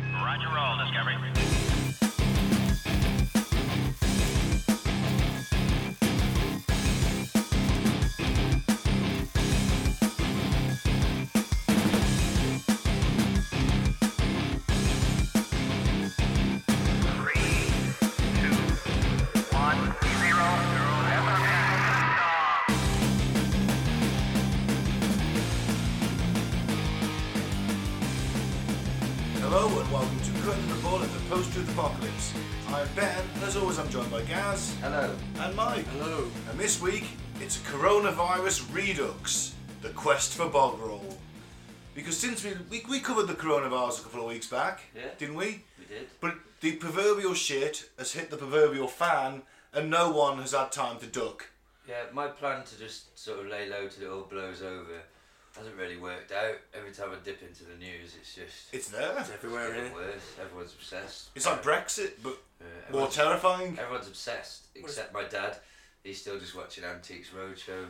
roll, Discovery. Three, two, one, zero, zero, FM. Hello and welcome to Curtain the Ball and the Post Truth Apocalypse. I'm Ben, and as always, I'm joined by Gaz Hello. and Mike. Hello. And this week, it's Coronavirus Redux The Quest for Boggerel. Because since we, we, we covered the coronavirus a couple of weeks back, Yeah. didn't we? We did. But the proverbial shit has hit the proverbial fan, and no one has had time to duck. Yeah, my plan to just sort of lay low till it all blows over hasn't really worked out. Every time I dip into the news, it's just It's there. everywhere it's getting worse. Everyone's obsessed. It's like Brexit, but Uh, more everyone's, terrifying. everyone's obsessed except my dad. He's still just watching Antiques Roadshow,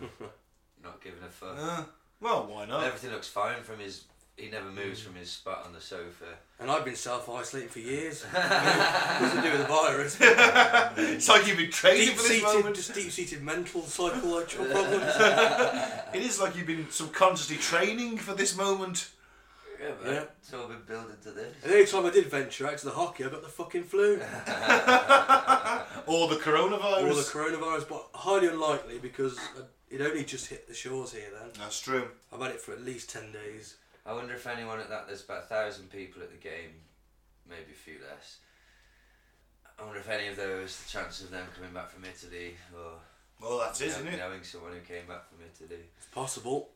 not giving a fuck. Uh, well, why not? Everything looks fine from his. He never moves from his spot on the sofa. And I've been self isolating for years. Doesn't do with the virus. deep It's like you've been training for this seated, moment. just deep seated mental, psychological problems. It is like you've been subconsciously training for this moment. Yeah, but Yeah. It's all been building to this. and any time I did venture out to the hockey, I got the fucking flu. Or the coronavirus. Or the coronavirus, but highly unlikely because it only just hit the shores here then. That's true. I've had it for at least 10 days. I wonder if anyone at that, there's about a thousand people at the game, maybe a few less. I wonder if any of those, the chance of them coming back from Italy or Well, that's it, isn't know- it? knowing someone who came back from Italy. It's possible.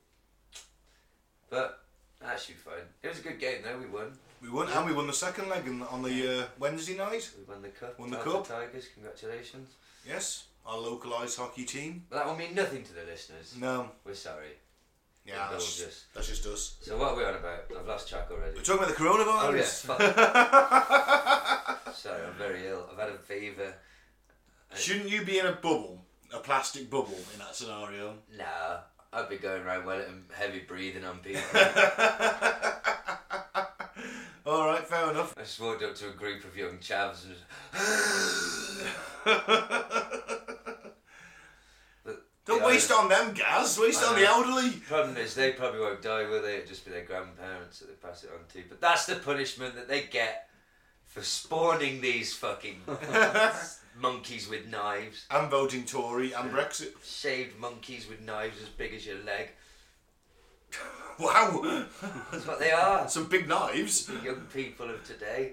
But that should be fine. It was a good game though, we won. We won, and we won the second leg in, on the uh, Wednesday night. We won the cup. Won the Alpha cup. Tigers, congratulations. Yes, our localised hockey team. But that will mean nothing to the listeners. No, We're sorry. yeah, Indulge that's just, us. that's just us. So what are we on about? I've lost track already. We're talking about the Oh yeah, coronavirus. fuck. Sorry, I'm very ill. I've had a fever. Shouldn't you be in a bubble, a plastic bubble, in that scenario? Nah, I'd be going around well and heavy breathing on people. All right, fair enough. I just walked up to a group of young chavs and just, But Don't the waste on them, Gaz. Waste I on the know. elderly. Problem is, they probably won't die, will they? It'll just be their grandparents that they pass it on to. But that's the punishment that they get for spawning these fucking monkeys with knives. I'm voting Tory and Brexit. Shaved monkeys with knives as big as your leg. Wow, That's what they are. some big knives. The young people of today.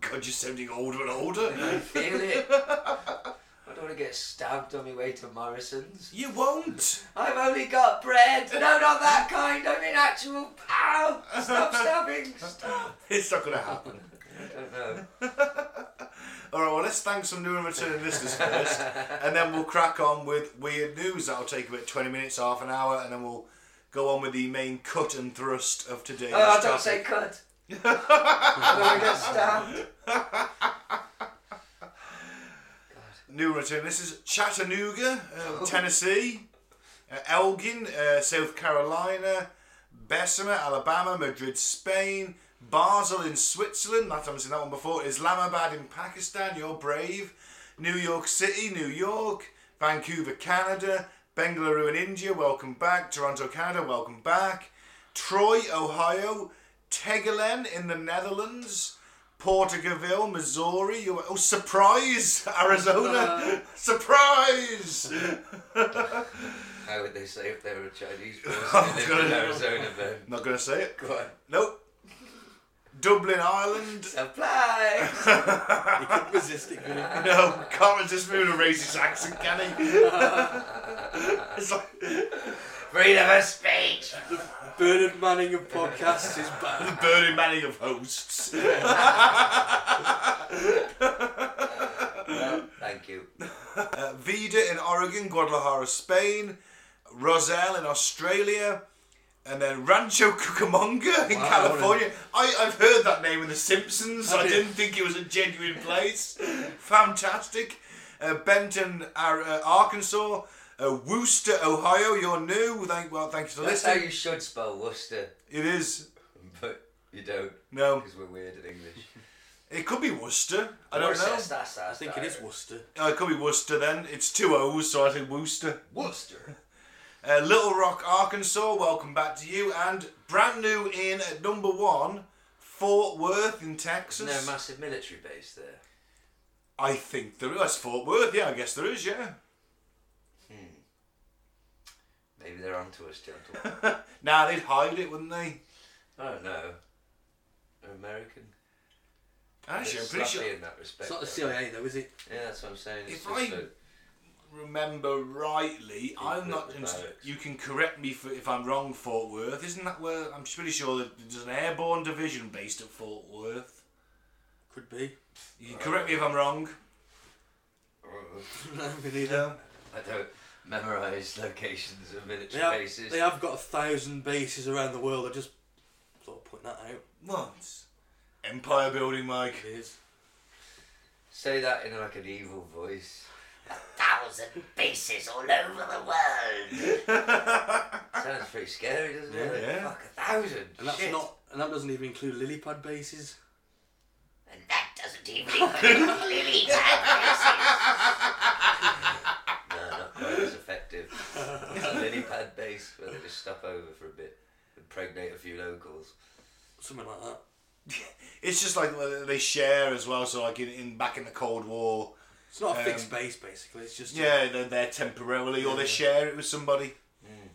God, you're sounding older and older. I feel it. I don't want to get stabbed on my way to Morrison's. You won't. I've only got bread. No, not that kind. I mean actual. Ow! Stop stabbing. Oh, Stop. It's not going to happen. I don't know. All right, well, let's thank some new and returning listeners first, and then we'll crack on with weird news. That'll take about 20 minutes, half an hour, and then we'll go on with the main cut and thrust of today's Oh, I topic. don't say cut. I'm gonna get stabbed. New and returning listeners Chattanooga, uh, Tennessee, uh, Elgin, uh, South Carolina, Bessemer, Alabama, Madrid, Spain, Basel in Switzerland, that haven't seen that one before, Islamabad in Pakistan, you're brave, New York City, New York, Vancouver, Canada, Bengaluru in India, welcome back, Toronto, Canada, welcome back, Troy, Ohio, Tegelen in the Netherlands, Porterville, Missouri, you oh surprise, Arizona, surprise. How would they say if they were a Chinese Oh, person who lived in Arizona then? Not gonna say it. Go on. Nope. Dublin, Ireland. Supply! You couldn't resist it, could you? No, can't resist moving a racist accent, can he? it's like Freedom of speech! Bernard Manning of podcasts is back. the Burning Manning of hosts. Well, thank you. Uh, Vida in Oregon, Guadalajara, Spain, Roselle in Australia, and then Rancho Cucamonga in Wow. California. I, I've heard that name in The Simpsons. I Have you? didn't think it was a genuine place. Fantastic. Uh, Benton, Ar- uh, Arkansas. Uh, Wooster, Ohio. You're new. Thank well, thank you for That's how listening. you should spell Worcester, It is but you don't, no. because we're weird in English. It could be Worcester. I don't know. Worcester, that's- I that's think it is direct. Worcester. Uh, it could be Worcester then. It's two O's, so I think Worcester. Worcester. Uh, Little Rock, Arkansas, welcome back to you. And brand new in at number one, Fort Worth in Texas. There's no massive military base there. I think there is. That's Fort Worth, yeah, I guess there is, yeah. Maybe they're onto us, gentlemen. Nah, they'd hide it, wouldn't they? I don't know. They're American. Actually, I'm They're pretty sloppy sure. in that respect. It's not the though. CIA though, is it? Yeah, that's what I'm saying. It's If just I- that- Remember rightly, I'm not. with the barracks. You can correct me for, if I'm wrong. Fort Worth, isn't that where? I'm pretty sure that there's an airborne division based at Fort Worth. Could be. You can correct me if I'm wrong. No, me neither. I don't memorise locations of They military have, bases. they have got a thousand bases around the world. I just sort of point that out. What? Empire building, Mike. It is. Say that in like an evil voice. thousand bases all over the world. Sounds pretty scary, doesn't it? Ah. Yeah. Fuck a thousand. And that's Shit. not. And that doesn't even include lily pad bases. And that doesn't even include lily pad No, not quite as effective. It's a lily pad base where they just stop over for a bit, impregnate a few locals. Something like that. It's just like uh, they share as well. So like in, in back in the Cold War, It's not a Um, fixed base basically. It's just. yeah, they're there temporarily or they share it with somebody. Mm.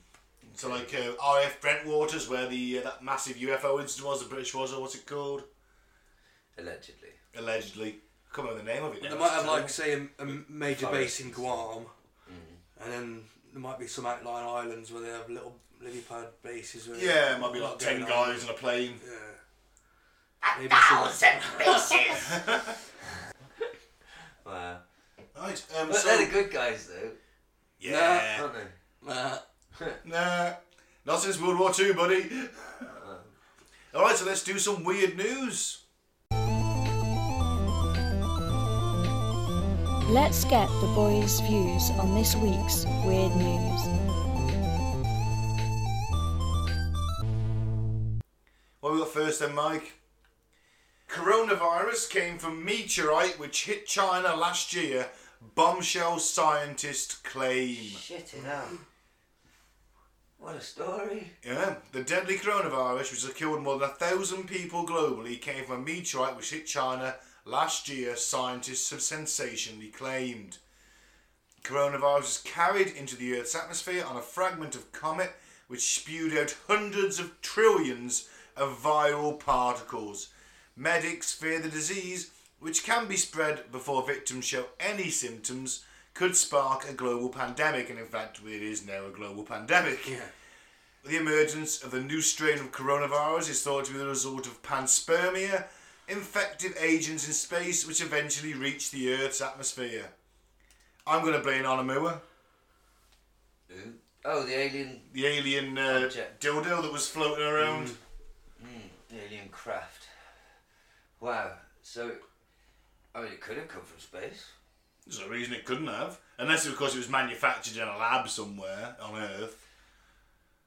So like uh, RF Brent Waters, where the uh, that massive UFO incident was, the British was, or what's it called? Allegedly. Allegedly, I can't remember the name of it. They now. might have like say a, a major base in Mm. Forests. Guam, and then there might be some outlying islands where they have little lily pad bases. Where Yeah, it might be a like lot ten going on. guys on a plane. bases. Yeah. A Maybe some- thousand bases. Wow. Right, um, But so, they're the good guys, though, yeah, aren't they? Uh, nah, not since World War Two, buddy. All right, so let's do some weird news. Let's get the boys' views on this week's weird news. What we got first then, Mike? Coronavirus came from meteorite which hit China last year. Bombshell scientist claim. Shit, it out. What a story. Yeah, the deadly coronavirus, which has killed more than a thousand people globally, came from a meteorite which hit China last year, scientists have sensationally claimed. Coronavirus is carried into the Earth's atmosphere on a fragment of comet which spewed out hundreds of trillions of viral particles. Medics fear the disease, which can be spread before victims show any symptoms, could spark a global pandemic, and in fact, it is now a global pandemic. yeah. The emergence of the new strain of coronavirus is thought to be the result of panspermia, infective agents in space which eventually reach the Earth's atmosphere. I'm going to blame Onamua, Who? Oh, the alien, the alien uh, Object. Mm. dildo that was floating around. the alien craft. Wow. So, I mean, it could have come from space. There's no reason it couldn't have. Unless, of course, it was manufactured in a lab somewhere on Earth.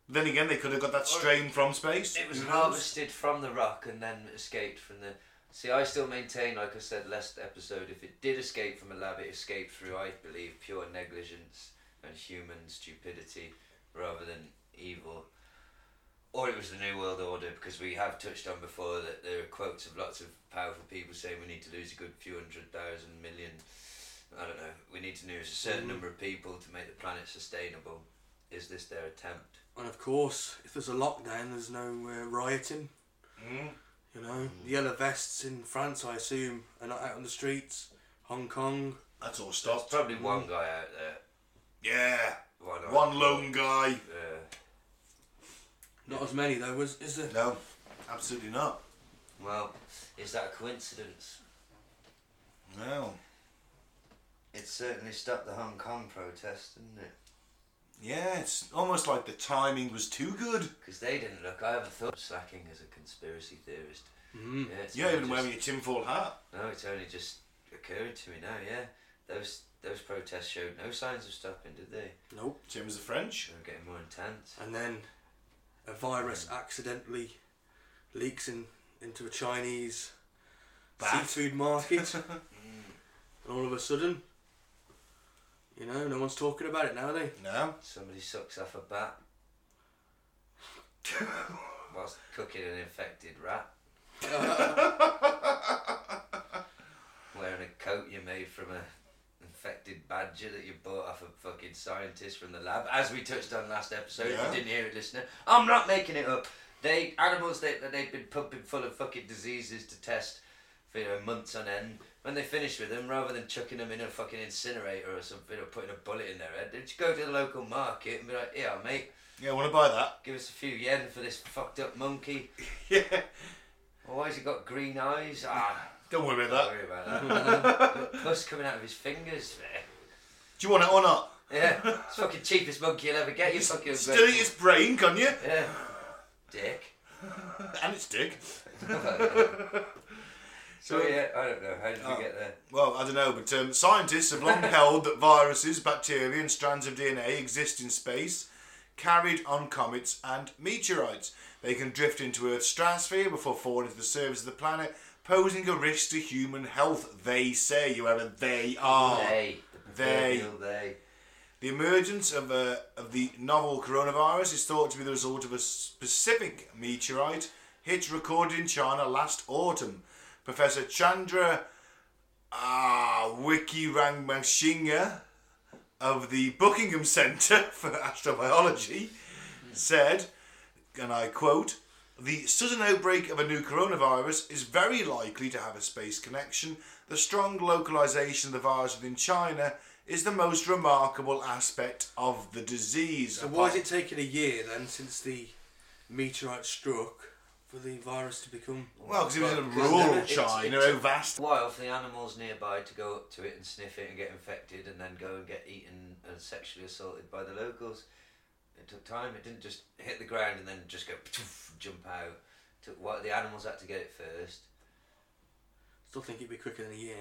Then again, they could have got that strain from space. It was Who knows? harvested from the rock and then escaped from the. See, I still maintain, like I said last episode, if it did escape from a lab, it escaped through, I believe, pure negligence and human stupidity rather than evil. Or it was the New World Order, because we have touched on before that there are quotes of lots of powerful people saying we need to lose a good few hundred thousand million. I don't know. We need to lose a certain number of people to make the planet sustainable. Is this their attempt? And of course, if there's a lockdown, there's no uh, rioting. Mm. You know, the yellow vests in France, I assume, are not out on the streets. Hong Kong. That's all There's stopped. probably one guy out there Yeah. Why not? One lone guy. Yeah. Not as many though, is, is there? No, absolutely not. Well, is that a coincidence? No. It certainly stopped the Hong Kong protest, didn't it? Yeah, it's almost like the timing was too good. Because they didn't look. I haven't thought of slacking as a conspiracy theorist. Mm. Yeah, it's You're not only even just- wearing your tinfoil hat. No, it's only just occurring to me now. Yeah, those those protests showed no signs of stopping, did they? Nope. Same as the French. They were getting more intense. And then a virus accidentally leaks in into a Chinese Bat. seafood market. and all of a sudden, you know, no one's talking about it now, are they? No. Somebody sucks off a bat whilst cooking an infected rat. Wearing a coat you made from a infected badger that you bought off a fucking scientist from the lab, as we touched on last episode. If Yeah. you didn't hear it, listener, I'm not making it up. They animals they that they've been pumping full of fucking diseases to test for you know, months on end. When they finish with them, rather than chucking them in a fucking incinerator or something or putting a bullet in their head, they just go to the local market and be like, "Yeah, mate, Yeah, want to buy that? Give us a few yen for this fucked up monkey. Yeah. Oh, why's he got green eyes? Ah, Don't worry don't about that. worry about that. Pus coming out of his fingers. mate. Do you want it or not? Yeah, it's fucking cheapest monkey you'll ever get. You fucking Still eat its brain, can you? yeah, dick. And its dick. So yeah, I don't know. How did Oh. we get there? Well, I don't know, but um, scientists have long held that viruses, bacteria, and strands of DNA exist in space, carried on comets and meteorites. They can drift into Earth's stratosphere before falling to the surface of the planet, posing a risk to human health, they say, whoever they are. They, the Oh. They. proverbial they. The emergence of, uh, of the novel coronavirus is thought to be the result of a specific meteorite hit recorded in China last autumn. Professor Chandra ah, Wikirangmasinghe of the Buckingham Centre for Astrobiology said, and I quote, the sudden outbreak of a new coronavirus is very likely to have a space connection. The strong localization of the virus within China is the most remarkable aspect of the disease. So why is it taking a year then since the meteorite struck for the virus to become? Well, because it was in Because rural it's- China, it's- oh vast. Why for the animals nearby to go up to it and sniff it and get infected and then go and get eaten and sexually assaulted by the locals. It took time. It didn't just hit the ground and then just go ptoof, jump out. Took what the animals had to get it first. Still think it'd be quicker than a year.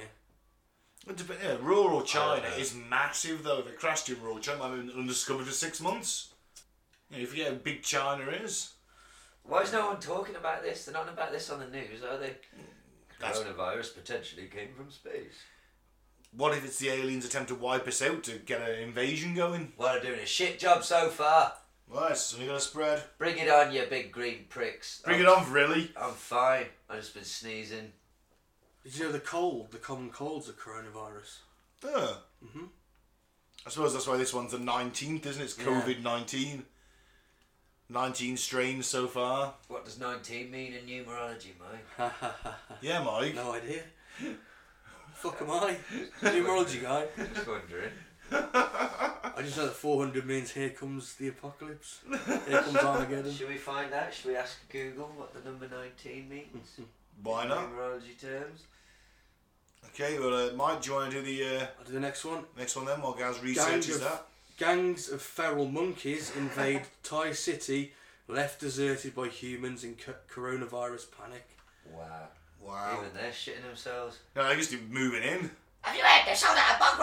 It dep- yeah, rural China know. is massive, though. If it crashed in rural China, it might have been undiscovered for six months. You know, if you get how big China is, Why is no one talking about this? They're not about this on the news, are they? That's- Coronavirus potentially came from space. what if it's the aliens attempt to wipe us out to get an invasion going? Well, they're doing a shit job so far. Well, it's only going to spread. Bring it on, you big green pricks. Bring I'm, it on, really. I'm fine. I've just been sneezing. Did you know the cold, the common cold's a coronavirus? Oh. hmm Mm-hmm. I suppose that's why this one's the 19th, isn't it? It's COVID 19. 19 strains so far. What does 19 mean in numerology, Mike? Yeah, Mike. Ah. No idea. Fuck am I? Numerology guy. Just wondering. I just know that 400 means here comes the apocalypse. Here comes Armageddon. Should we find out? Should we ask Google what the number 19 means? Why in not? Numerology terms. Okay, well, uh, Mike, do you want to do the uh, I'll do the next one. next one then while Gaz Gang researches of- that? Gangs of feral monkeys invade Thai city, left deserted by humans in co- coronavirus panic. Wow. Wow. Even they're shitting themselves. No, I guess they're moving in. Have you had the soda and bug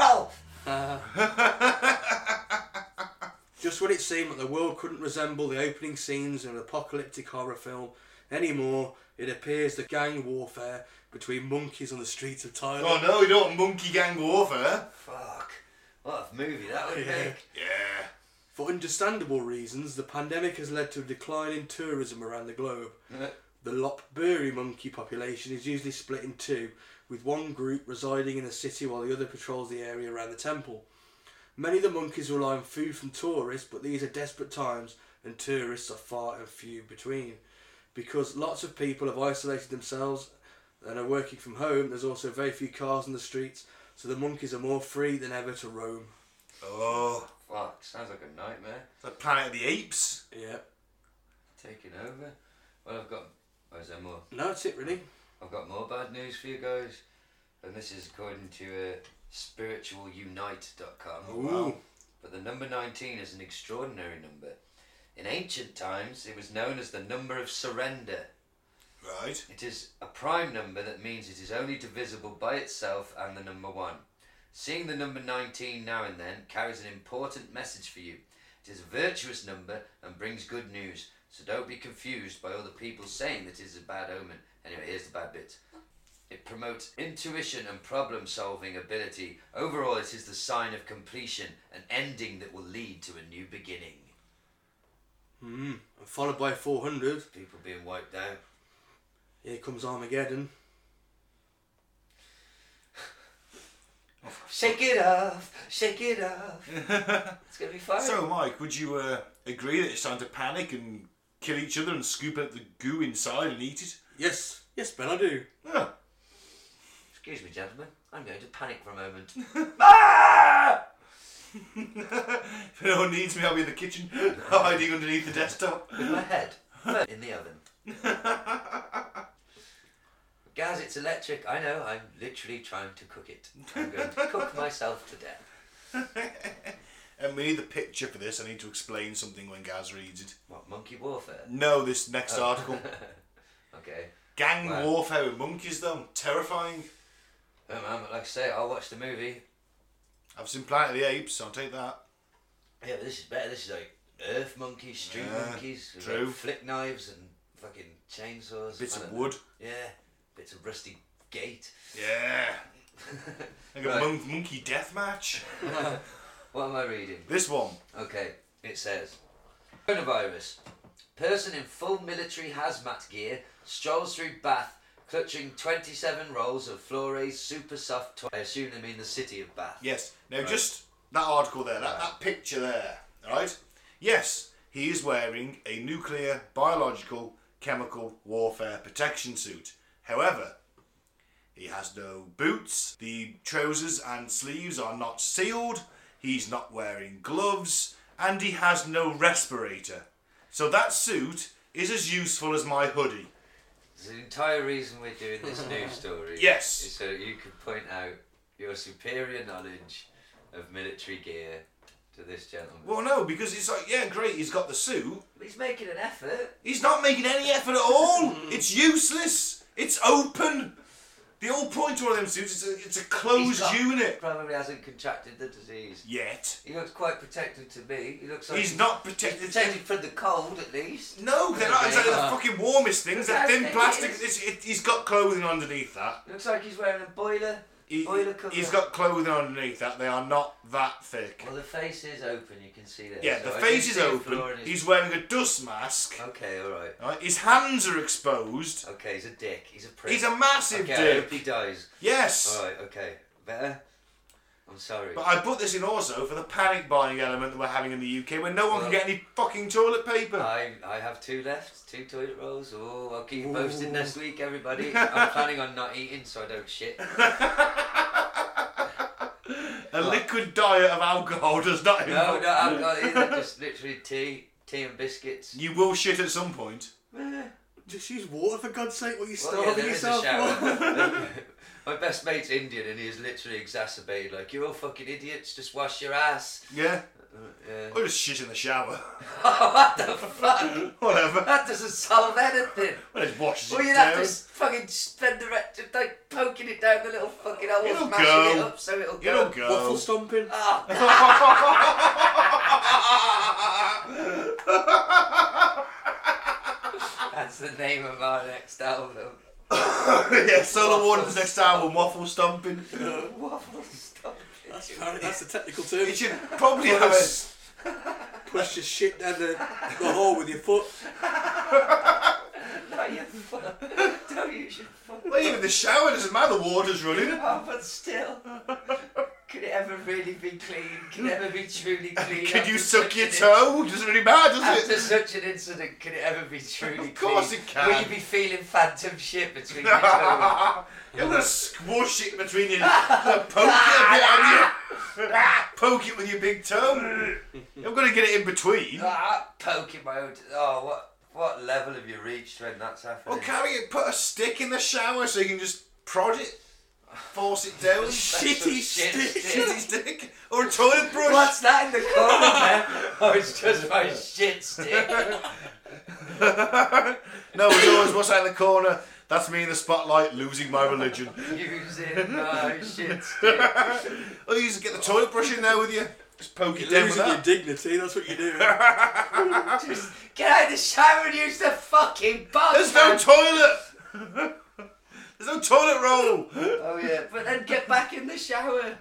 roll? Just when it seemed that the world couldn't resemble the opening scenes in an apocalyptic horror film anymore, it appears the gang warfare between monkeys on the streets of Thailand. Oh no, you don't want monkey gang warfare. Fuck. What a movie that would Yeah. make. Yeah. For understandable reasons, the pandemic has led to a decline in tourism around the globe. The Lopburi monkey population is usually split in two, with one group residing in the city while the other patrols the area around the temple. Many of the monkeys rely on food from tourists, but these are desperate times and tourists are far and few between. Because lots of people have isolated themselves and are working from home, there's also very few cars on the streets, so the monkeys are more free than ever to roam. Oh, Fuck. Sounds like a nightmare. the Planet of the Apes. Yeah. Taking over. Well, I've got. Oh, is there more? No, that's it really. I've got more bad news for you guys. And this is according to uh, spiritualunite.com. Ooh. But the number 19 is an extraordinary number. In ancient times, it was known as the number of surrender. Right. It is a prime number that means it is only divisible by itself and the number 1. Seeing the number 19 now and then carries an important message for you. It is a virtuous number and brings good news, so don't be confused by other people saying that it is a bad omen. Anyway, here's the bad bits. It promotes intuition and problem solving ability. Overall, it is the sign of completion, an ending that will lead to a new beginning. Mm. And followed by 400, People being wiped out. here comes Armageddon. Shake it off, shake it off. it's gonna be fun. So, Mike, would you uh, agree that it's time to panic and kill each other and scoop out the goo inside and eat it? Yes, yes, Ben, I do. Huh. Excuse me, gentlemen. I'm going to panic for a moment. ah! if anyone needs me, I'll be in the kitchen, hiding underneath the desktop. With my head first in the oven. Gaz, it's electric. I know. I'm literally trying to cook it. I'm going to cook myself to death. And we need the picture for this. I need to explain something when Gaz reads it. What monkey warfare? No, this next article. Okay. Gang Oh. Wow. warfare with monkeys, though. Terrifying. Um, um, like I say, I'll watch the movie. I've seen Planet of the Apes, I'll take that. Yeah, but this is better. This is like earth monkeys, street Yeah, monkeys, with true. like flick knives and fucking chainsaws. Bits I of don't know. wood. Yeah, bits of rusty gate. Yeah. Like a Right. mon- monkey death match. What am I reading? This one. Okay, it says Coronavirus. Person in full military hazmat gear strolls through Bath clutching 27 rolls of Flores Super Soft. Tw- I assume they mean the city of Bath. Yes. Now, just that article there, that, that picture there, right? Yes, he is wearing a nuclear, biological, chemical warfare protection suit. However, he has no boots, the trousers and sleeves are not sealed, he's not wearing gloves, and he has no respirator. So that suit is as useful as my hoodie. It's the entire reason we're doing this news story. Yes. Is so that you can point out your superior knowledge of military gear to this gentleman. Well, no, because it's like, yeah, great, he's got the suit, He's making an effort. He's not making any effort at all. it's useless. It's open. The whole point to one of them suits is a, it's a He's closed got- unit. Probably hasn't contracted the disease. Yet He looks quite protected to me. He looks like he's not protected. protected from the cold at least. No, they're not exactly the fucking warmest things. They're thin plastic. Plastic is- It's, it, he's got clothing underneath that. Looks like he's wearing a boiler. He, boiler cover. he's got clothing underneath that. They are not that thick. Well, the face is open. You can see that. Yeah, the So I can face see is the open. floor and Uh, his- He's wearing a dust mask. Okay, all right. Right? His hands are exposed. Okay, he's a dick. He's a prick. He's a massive okay, Uh, I hope dick. he dies. Yes. All right. Okay. Better. I'm sorry. But I put this in also for the panic buying element that we're having in the UK where no one can get any fucking toilet paper. I, I have two left, two toilet rolls. Oh, I'll keep you posted next week, everybody. I'm planning on not eating so I don't shit. a liquid diet of alcohol does not uh, No, involve- no alcohol either. Just literally tea, tea and biscuits. You will shit at some point. Just use water for God's sake. What are you Well, yeah, starving there is a yourself for? shower. My best mate's Indian and he is literally exacerbated. Like, you're all fucking idiots, just wash your ass. Yeah? Uh, Yeah. Or just shit in the shower. what the fuck? Whatever. That doesn't solve anything. Well, it washes Well, it you'd down. have to s- fucking spend the rest of like poking it down the little fucking hole, It'll smashing it go. up so it'll go. It'll Waffle go. stomping. Ah, uh, that's the name of our next album. uh, yeah, solar water's next album, waffle stomping. Waffle stop. That's, apparently- that's the technical term. It should probably have a. Push, push your shit down the, the hole with your foot. No, you fuck. Don't use your fucking Well, even the shower doesn't matter, the water's running. mouth, but still. Could it ever really be clean? Can it ever be truly clean? Could you after suck such your an toe? Doesn't really matter, does After it? such an incident, can it ever be truly clean? Of course it can. Will you be feeling phantom shit between your toes? You're gonna squash it between your poke it a bit on your poke it with your big toe. You're gonna get it in between. ah, poking my own. oh, what what level have you reached when that's happening? Or carry it, put a stick in the shower so you can just prod it, force it down. Shitty shit stick. Shit his dick. Or a toilet brush. What's that in the corner? there? oh, it's just my shit stick. No, it's always what's out in the corner. That's me in the spotlight losing my religion. Using my shit stick. Oh, you just get the toilet brush in there with you. Just poke it You're down with losing your that. dignity. That's what you're doing. Just get out of the shower and use the fucking bath. There's no toilet. There's There's no toilet roll. Oh yeah, but then get back in the shower.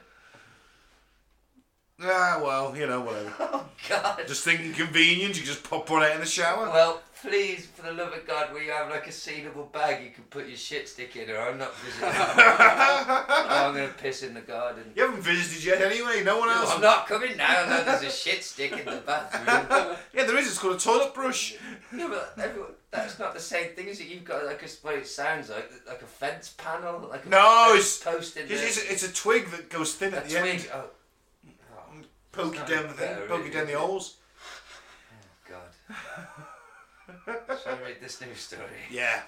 ah, well, you know, whatever. Oh God. Just thinking convenience, you just pop one out in the shower. Well, please, for the love of God, will you have like a sealable bag you can put your shit stick in, or I'm not visiting. I'm gonna piss in the garden. you haven't visited yet anyway. No one No, else. I'm not coming now. No, there's a shit stick in the bathroom. Yeah, there is. It's called a toilet brush. yeah, but everyone, that's not the same thing as it. You've got like a what it sounds like, like a fence panel, like a No, fence it's post in It's, the- it's, it's a twig that goes thin a at the twig. end. Oh, Poke It's it not down the thing. fair, Poke really, it down the is it? holes. God. Shall I read this new story? Yeah.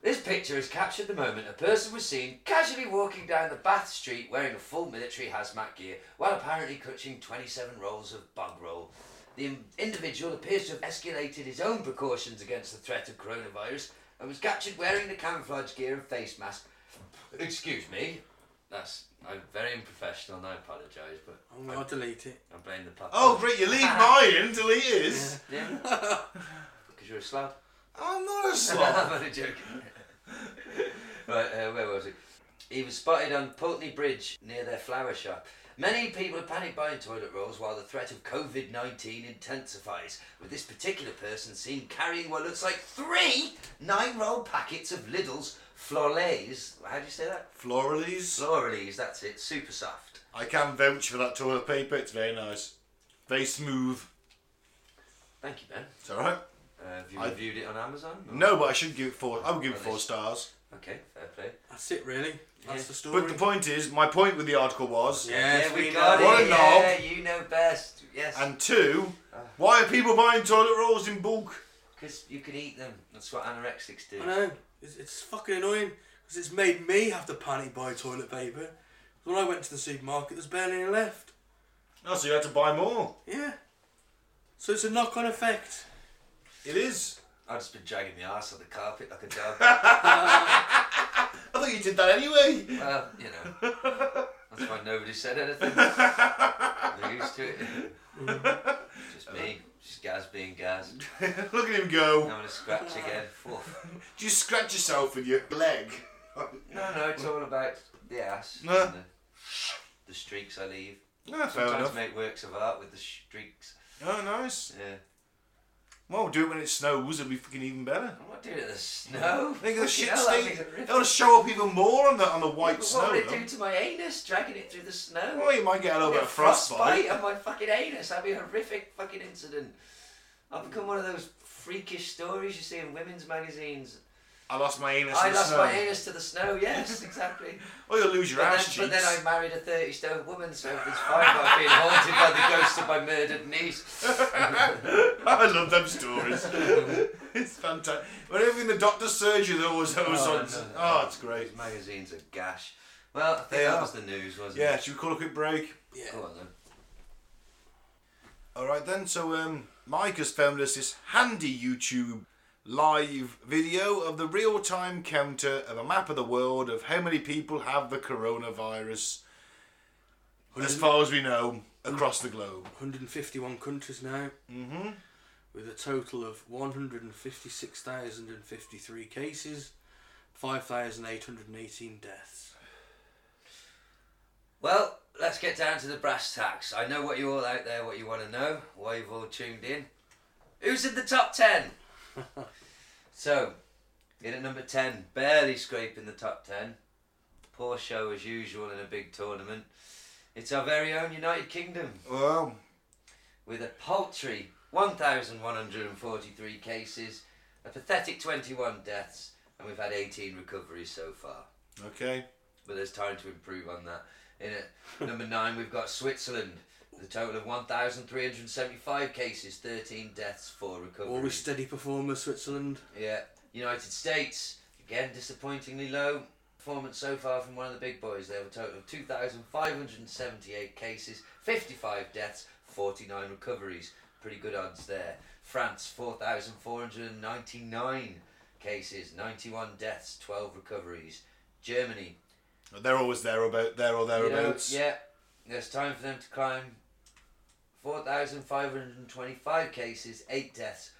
This picture has captured the moment a person was seen casually walking down the Bath street wearing a full military hazmat gear while apparently clutching 27 rolls of bug roll. The in- individual appears to have escalated his own precautions against the threat of coronavirus and was captured wearing the camouflage gear and face mask. Excuse me. That's I'm very unprofessional and I apologise, but I'm gonna delete it. I blame the pub. Oh, great. You leave mine till he is. Yeah. Because you're a slab. I'm not a slob. I'm only joking. right, uh, where was he? He was spotted on Pulteney Bridge near their flower shop. Many people are panic buying toilet rolls while the threat of COVID 19 intensifies, with this particular person seen carrying what looks like three nine roll packets of Lidl's Florales. How do you say that? Floralies. Florales, that's it, super soft. I can vouch for that toilet paper. It's very nice. Very smooth. Thank you, Ben. It's alright. Uh, have you I- reviewed it on Amazon? or- No, but I should give it four. I would give it Well, four it's- stars. Okay, fair play. That's it, really. That's Yeah. the story. But the point is, my point with the article was, Yes, yeah, we we know. got What a it. Yeah, you know best. Yes. and two, why are people buying toilet rolls in bulk? Because you can eat them. That's what anorexics do. I know. It's, it's fucking annoying because it's made me have to panic buy toilet paper. When I went to the supermarket, there's barely any left. Oh, so you had to buy more. Yeah. So it's a knock-on effect. It is. I've just been dragging my ass on the carpet like a dog. I thought you did that anyway. well, you know. That's why nobody said anything. They're used to it. just me. Just Gaz being Gaz. Look at him go. I'm going to scratch again. Woof. Do you scratch yourself with your leg? No, no, it's all about the ass. and No. the, the streaks I leave. Ah, fair Sometimes enough. make works of art with the streaks. Oh, nice. Yeah. Well, do it when it snows. It'll be fucking even better. I'm not doing it in the snow. They're gonna Fucking shit hell, that'd stain. be horrific. It'll show up even more on the on the white But snow. what would it though. do to my anus? Dragging it through the snow? Well, you might get a little bit Yeah, of frostbite. on my fucking anus. That'd be a horrific fucking incident. I've become one of those freakish stories you see in women's magazines. I lost my anus. I in the lost snow. my anus to the snow. Yes, exactly. Or you'll lose your but, then, ass but cheeks. then I married a thirty-stone woman, so it's fine. I've been haunted by the ghosts of my murdered niece. I love them stories. it's fantastic. Whenever in the doctor's surgery, there always those Oh, ones. no, no, no. Oh, it's great. These magazines are gash. Well, I think They that are. was the news, wasn't Yeah, it? should we call a quick break? Yeah. Go on then. All right then. So um, Mike has found us this handy YouTube live video of the real-time counter of a map of the world of how many people have the coronavirus, as far as we know, across the globe. 151 countries now. Mm-hmm. With a total of 156,053 cases, 5,818 deaths. Well, let's get down to the brass tacks. I know what you all out there, what you want to know, why you've all tuned in. Who's in the top 10? so, in at number 10, barely scraping the top 10. Poor show as usual in a big tournament. It's our very own United Kingdom Well, with a paltry 1,143 cases, a pathetic 21 deaths, and we've had 18 recoveries so far okay. but there's time to improve on that. In at number nine, we've got Switzerland. The total of 1,375 cases, 13 deaths, four Always recoveries. steady performer, Switzerland. yeah. United States, again, disappointingly low. Performance so far from one of the big boys. They have a total of 2,578 cases, 55 deaths, 49 recoveries. Pretty good odds there. France, 4,499 cases, 91 deaths, 12 recoveries. Germany, They're always there about there or you know, thereabouts. yeah, there's time for them to climb. 4,525 cases, 8 deaths,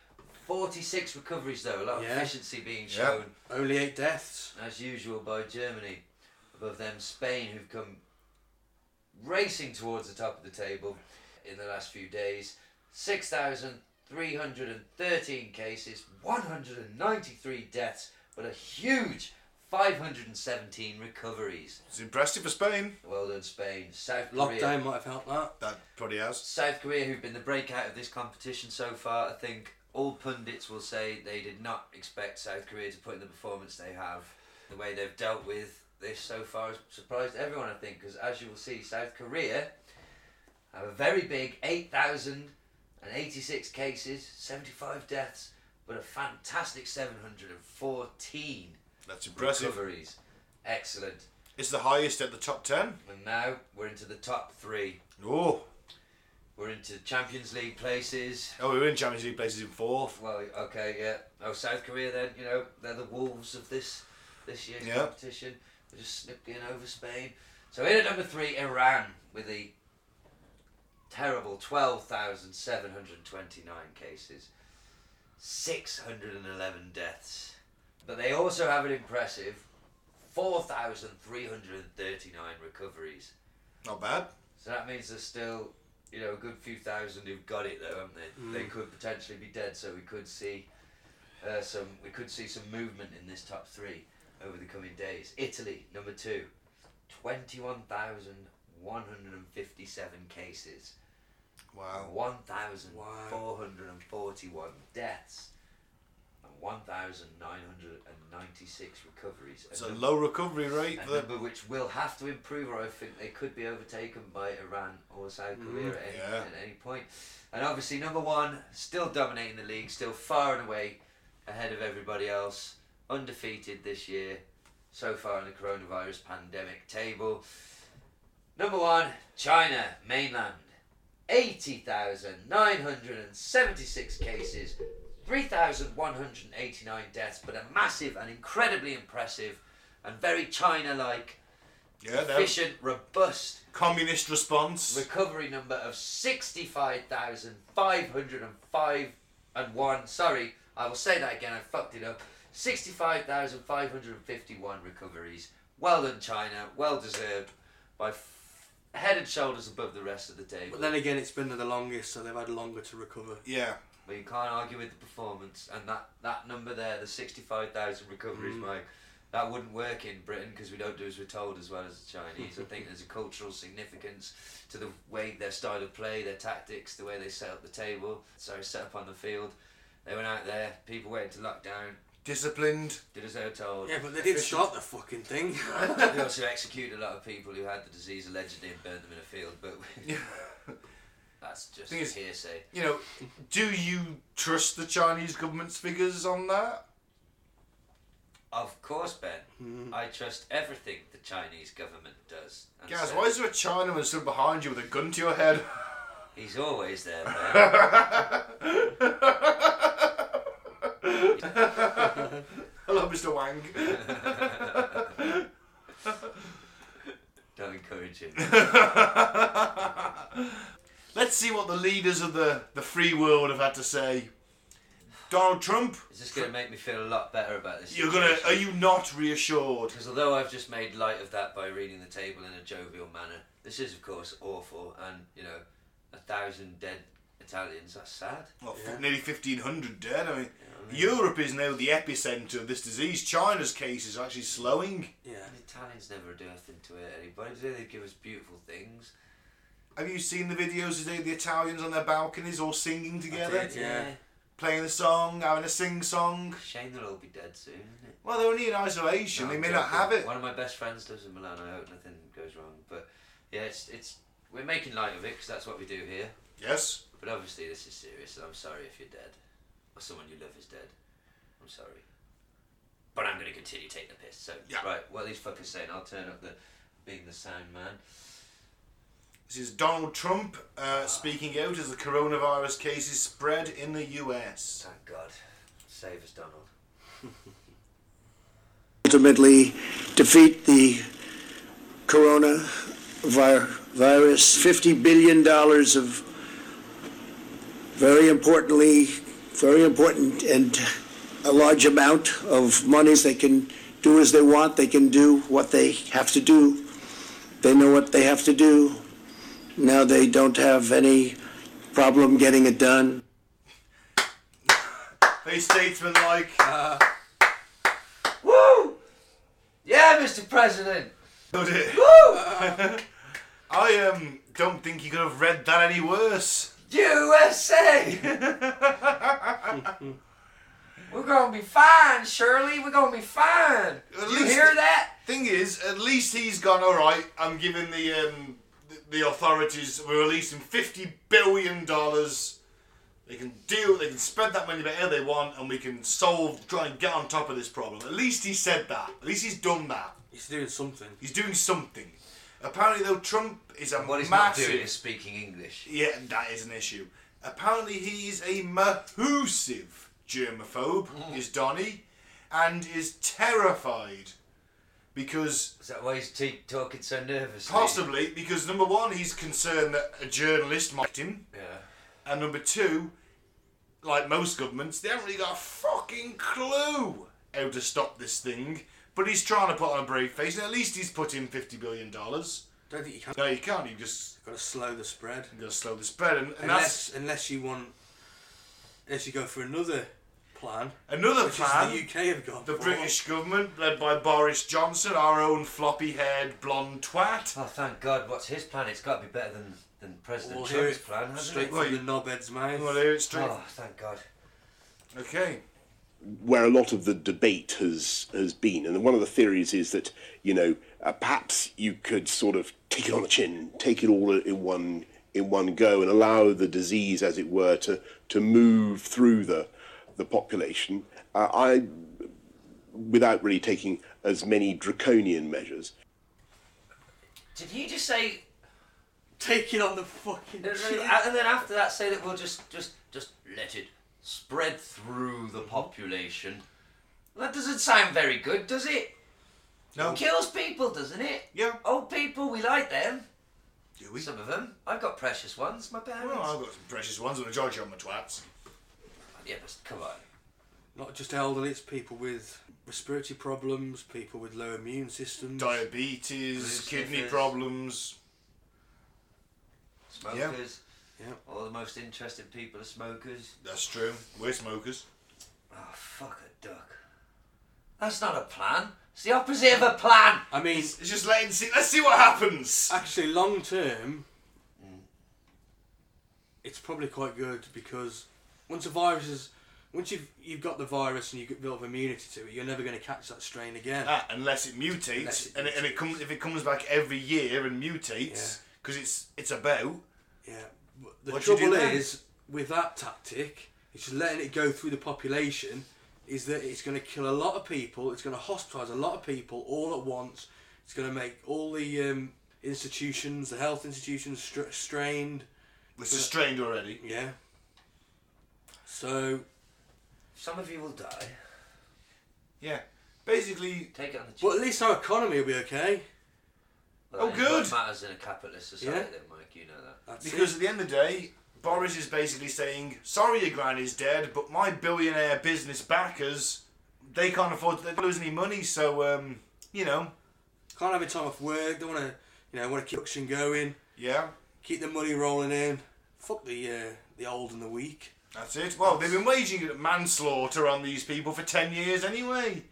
46 recoveries though, a lot of Yeah. efficiency being Yeah. shown Only eight deaths. as usual by Germany. Above them, Spain, who've come racing towards the top of the table in the last few days. 6,313 cases, 193 deaths, but a huge 517 recoveries. It's impressive for Spain. Well done, Spain. South Korea. Lockdown might have helped that. That probably has. South Korea, who've been the breakout of this competition so far, I think all pundits will say they did not expect South Korea to put in the performance they have. The way they've dealt with this so far has surprised everyone, I think, because as you will see, South Korea have a very big 8,086 cases, 75 deaths, but a fantastic 714 That's impressive. recoveries. Excellent. It's the highest at the top 10. And now we're into the top three. Oh, We're into Champions League places. oh we were in Champions League places in fourth. Well, okay, yeah. Oh, South Korea then, you know, they're the wolves of this this year's Yeah. competition. They just snipped in over Spain. So in at number three, Iran with the terrible 12,729 cases, 611 deaths. But they also have an impressive 4,339 recoveries. Not bad. So that means there's still, you know, a good few thousand who've got it though, haven't they? They could potentially be dead, so we could see uh, some we could see some movement in this top three over the coming days. Italy, number two, 21,157 cases, Wow. 1,441 deaths, and 1,996 recoveries. It's A a num- low recovery rate. a for the- number which will have to improve, or I think they could be overtaken by Iran or South Korea at, any, yeah. at any point. And obviously, number one, still dominating the league, still far and away ahead of everybody else, undefeated this year so far in the coronavirus pandemic table. Number one, China, mainland. 80,976 cases, 3,189 deaths, but a massive and incredibly impressive and very China like, Yeah, no. efficient, robust Communist response. recovery number of 65,505 and 1. Sorry, I will say that again, I fucked it up. 65,551 recoveries. Well done, China. Well deserved. By f- head and shoulders above the rest of the table. But then again, it's been the longest, so they've had longer to recover. Yeah. But you can't argue with the performance and that, that number there, the 65,000 Mm. recoveries, Mike, that wouldn't work in Britain because we don't do as we're told as well as the Chinese. I think there's a cultural significance to the way their style of play, their tactics, the way they set up the table, sorry, set up on the field. They went out there, people went into lockdown, Disciplined. did as they were told. Yeah, but they didn't start the fucking thing. we also executed a lot of people who had the disease allegedly and burned them in a field, but that's just Thing is- hearsay. You know, do you trust the Chinese government's figures on that? Of course, Ben. Mm-hmm. I trust everything the Chinese government does. and Guys, says. why is there a Chinaman stood behind you with a gun to your head? He's always there, Ben. Hello, Mr. Wang. Don't encourage him. Let's see what the leaders of the, the free world have had to say. Donald Trump, It's just going to make me feel a lot better about this. you're gonna. Are you not reassured? Because although I've just made light of that by reading the table in a jovial manner, this is, of course, awful. And, you know, a thousand dead Italians, that's sad. Well, f- nearly 1,500 dead. I mean, Europe is now the epicenter of this disease. China's cases are actually slowing. yeah. The Italians never do anything to hurt anybody. do They They give us beautiful things. Have you seen the videos today of the Italians on their balconies all singing together? did, yeah. Playing the song, having a sing song. Shame they'll all be dead soon, isn't it? Well, they're only in isolation. No, they I'm may not joking. have it. One of my best friends lives in Milan. I hope nothing goes wrong. But yeah, it's it's we're making light of it because that's what we do here. Yes. But obviously, this is serious, and I'm sorry if you're dead or someone you love is dead. I'm sorry, but I'm going to continue taking the piss. So Yeah. right, what are these fuckers saying? I'll turn up the being the sound man. This is Donald Trump uh, speaking out as the coronavirus cases spread in the US. Thank God, save us, Donald. ultimately defeat the corona vir- virus. $50 billion of very importantly very important and a large amount of monies. They can do as they want. They can do what they have to do. They know what they have to do. Now they don't have any problem getting it done. They statesman like. Woo! Yeah, Mr. President. I um don't think you could have read that any worse. USA. We're gonna be fine, Shirley. We're gonna be fine. At you least- hear that? Thing is, at least he's gone. All right, I'm giving the um th- the authorities. We're releasing fifty billion dollars. They can deal. They can spend that money whatever they want, and we can solve. Try and get on top of this problem. At least he said that. At least he's done that. He's doing something. He's doing something. Apparently, though, Trump is a What he's massive. not doing is speaking English. Yeah, that is an issue. Apparently, he's a massive germaphobe, Mm. is Donny, and is terrified because Is that why he's t- talking so nervously? possibly because number one, he's concerned that a journalist might hit him, Yeah. and number two, like most governments, they haven't really got a fucking clue how to stop this thing. But he's trying to put on a brave face, and at least he's put in fifty billion dollars. Don't think you can. No, you can't. You just Got to slow the spread. you gotta slow the spread, and, and that's Unless, unless you want, unless you go for another plan, another which plan. is the UK have gone. The for. British government, led by Boris Johnson, our own floppy haired blonde twat. Oh, thank God. What's his plan? It's got to be better than, than President Well, here Trump's it's plan, hasn't straight it? Well, from you- the knobhead's mouth. Well, here it's straight. Oh, thank God. Okay. where a lot of the debate has has been, and one of the theories is that you know uh, perhaps you could sort of take it on the chin, take it all in one in one go, and allow the disease, as it were, to to move through the the population. Uh, I without really taking as many draconian measures. Did you just say Take it on the And fucking. then- chin. and then after that, say that we'll just just just let it spread through the population. That doesn't sound very good, does it? No. It kills people, doesn't it? Yeah. Old people, we like them. Do we? Some of them. I've got precious ones. My parents. Well, I've got some precious ones, the majority of them are twats. Yeah, but come on. Not just elderly, it's people with respiratory problems, people with low immune systems. Diabetes, Bruce kidney Smithers. problems. Smokers. Yeah. All the most interested people are smokers. That's true. We're smokers. Oh, fuck a duck. That's not a plan. It's the opposite of a plan. I mean, It's just letting see. Let's see what happens. actually, long term, it's probably quite good because once a virus is, once you've you've got the virus and you've built immunity to it, you're never going to catch that strain again. Ah, unless it mutates, Unless it and, it, and it comes if it comes back every year and mutates, Yeah. because it's it's about. Yeah. but The What you do trouble then? is with that tactic, it's just letting it go through the population. Is that it's going to kill a lot of people? It's going to hospitalise a lot of people all at once. It's going to make all the um, institutions, the health institutions, str- strained. It's strained already. Yeah. So, Some of you will die. Yeah. Basically, Take it on the chin. but at least our economy will be okay. Well, Oh, that good. matters in a capitalist society, Yeah. Uh. then, Mike. You know that. That's Because it. at the end of the day, Boris is basically saying, "Sorry, your granny's dead, but my billionaire business backers, they can't afford to lose any money. So, um, you know, can't have a time off work. Don't want to, you know, want to keep production going. yeah, Keep the money rolling in. Fuck the uh, the old and the weak. that's it. Well, they've been waging manslaughter on these people for ten years anyway.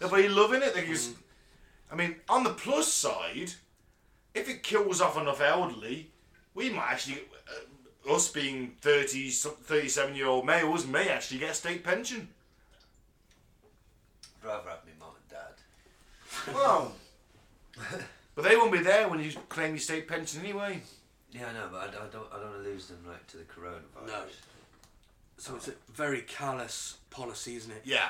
They'll be loving it. They can just, I mean, on the plus side, if it kills off enough elderly, we might actually." Uh, us being 30, 37 year old males may actually get a state pension. I'd rather have me mum and dad. Well, but they won't be there when you claim your state pension anyway. Yeah, I know, but I, don't- I don't. I don't want to lose them like to the coronavirus. No. So it's a very callous policy, isn't it? Yeah.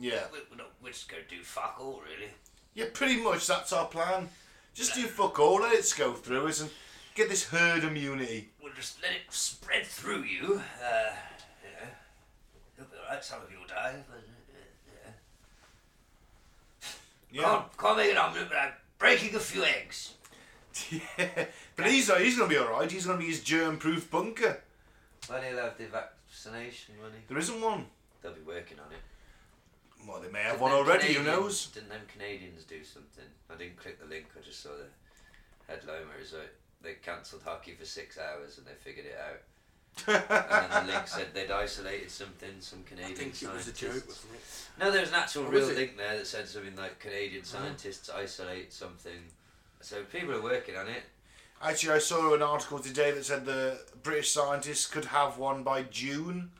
Yeah. We, we're, not, we're just gonna do fuck all, really. Yeah, pretty much that's our plan. Just do fuck all, let it go through us and get this herd immunity. We'll just let it spread through you. Uh, you know, it'll be alright. Some of you will die, but uh, yeah. Yeah. Can't, can't make an omelette without breaking a few eggs. yeah. But he's, he's going to be alright. He's going to be his germ proof bunker. When he'll have the vaccination money. There isn't one. They'll be working on it. Well, they may have Didn't one them already. Who Canadians- knows? Didn't them Canadians do something? I didn't click the link. I just saw the headline where it was like they cancelled hockey for six hours and they figured it out. and then the link said they'd isolated something, some I Canadian think it was a scientists. joke, wasn't it? No, there was an actual Oh, Or real was it- link there that said something like Canadian scientists isolate something. So people are working on it. Actually, I saw an article today that said the British scientists could have one by June.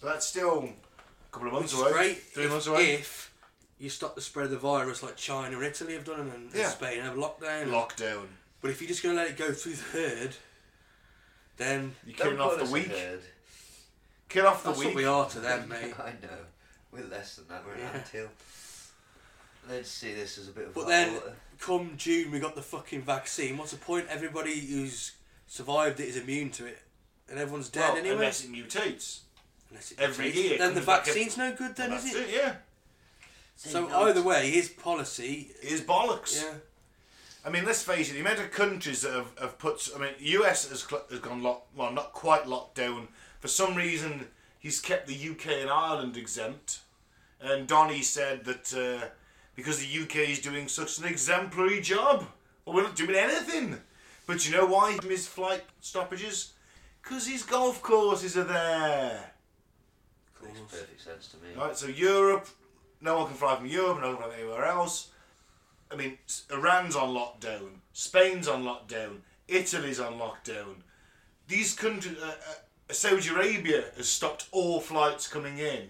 But that's still a couple of months It's away. great Three if, months away. if you stop the spread of the virus like China or Italy have done and, and Yeah. Spain have lockdown. Lockdown. But if you're just going to let it go through the herd, then You're Don't killing call off the us a weak. herd. Kill off the that's what we weak. are to them, mate. I know. We're less than that. We're Yeah. an anthill. Let's see this as a bit of But hot then, water. come June, we got the fucking vaccine. What's the point? Everybody who's survived it is immune to it, and everyone's dead Well, anyway. Unless it mutates. Unless it every mutates. year it then the comes back in. vaccine's no good. Then That's is it? it, yeah. So either way, his policy. It is bollocks. Yeah, I mean, let's face it, the amount of countries that have, have put. I mean, US has, cl- has gone lock. Well, not quite locked down. For some reason, he's kept the UK and Ireland exempt. And Donny said that uh, because the UK is doing such an exemplary job, well, we're not doing anything. But you know why his flight stoppages? Because his golf courses are there. Makes perfect sense to me. Right, so Europe, no one can fly from Europe, no one can fly from anywhere else. I mean, S- Iran's on lockdown, Spain's on lockdown, Italy's on lockdown. These countries, uh, uh, Saudi Arabia has stopped all flights coming in.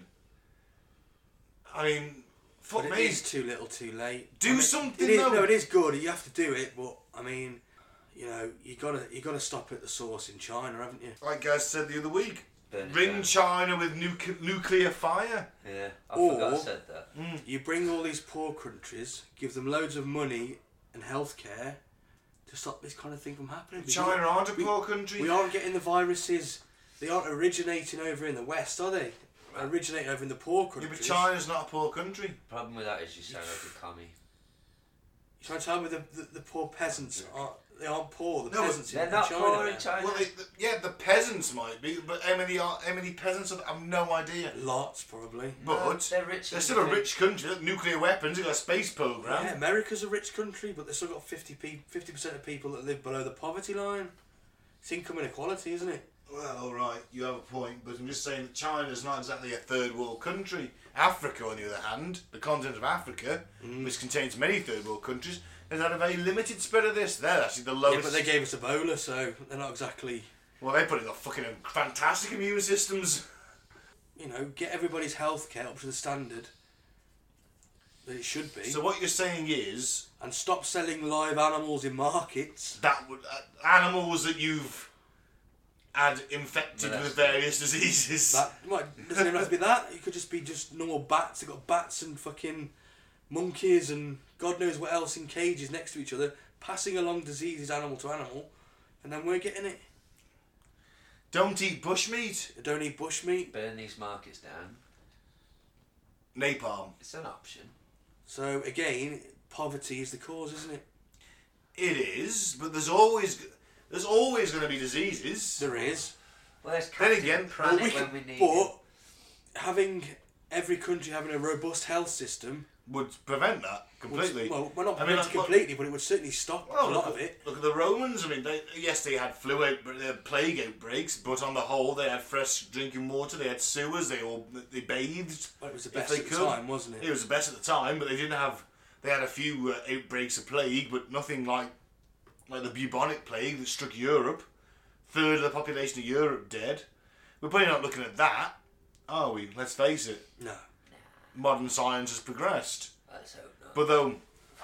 I mean, fuck but it me. is too little, too late. Do I mean, something, It is, though. no, it is good. You have to do it, but I mean, you know, you gotta you gotta stop at the source in China, haven't you? like guys said the other week, Burn it ring down. China with nuc- nuclear fire. Yeah, I Or- forgot I said that. Hmm. You bring all these poor countries, give them loads of money and healthcare to stop this kind of thing from happening. We China don't- aren't a we- poor country. We aren't getting the viruses. They aren't originating over in the West, are they? They originate over in the poor yeah, countries. but China's not a poor country. Problem with that is you sound like a commie. You trying to tell me the, the, the poor peasants aren't they aren't poor? The No, but peasants in They're in not China. poor in are. China. Well, they, the, yeah, the peasants might be, but how many are how many peasants? Are, I've no idea. Lots probably. But they're rich They're as still a we think. rich country. They've got nuclear weapons. They've got a space program. Yeah, America's a rich country, but they've still got 50 percent of people that live below the poverty line. It's income inequality, isn't it? Well, all right, you have a point, but I'm just saying that China's not exactly a third world country. Africa, on the other hand, the continent of Africa, Mm. which contains many third world countries, has had a very limited spread of this. They're actually the Yeah, lowest. but they gave us Ebola, so they're not exactly. well, they've probably got fucking fantastic immune systems. You know, get everybody's healthcare up to the standard that it should be, So what you're saying is and stop selling live animals in markets. that would, uh, animals that you've had infected with Molested. various diseases. That might doesn't even have to be that. It could just be just normal bats. They got bats and fucking monkeys and God knows what else in cages next to each other, passing along diseases animal to animal, and then we're getting it. Don't eat bushmeat. Don't eat bushmeat. Burn these markets down. Napalm. It's an option. So again, poverty is the cause, isn't it? It is, but there's always there's always going to be diseases. There is. Well, there's Then Captain again, Planet well, we when could- we need him. But having every country having a robust health system, would prevent that would- completely. well, we're not I mean, prevent like, it look- completely, but it would certainly stop well, a look, lot of it. Look at the Romans. I mean, they, yes, they had flu out, uh, plague outbreaks, but on the whole, they had fresh drinking water. They had sewers. They all they bathed. Well, it was the if best they at the time, wasn't it? It was the best at the time, but they didn't have. They had a few uh, outbreaks of plague, but nothing like like the bubonic plague that struck Europe. Third of the population of Europe dead. We're probably not looking at that, are we? Let's face it. No. Modern science has progressed. Let's hope not. But though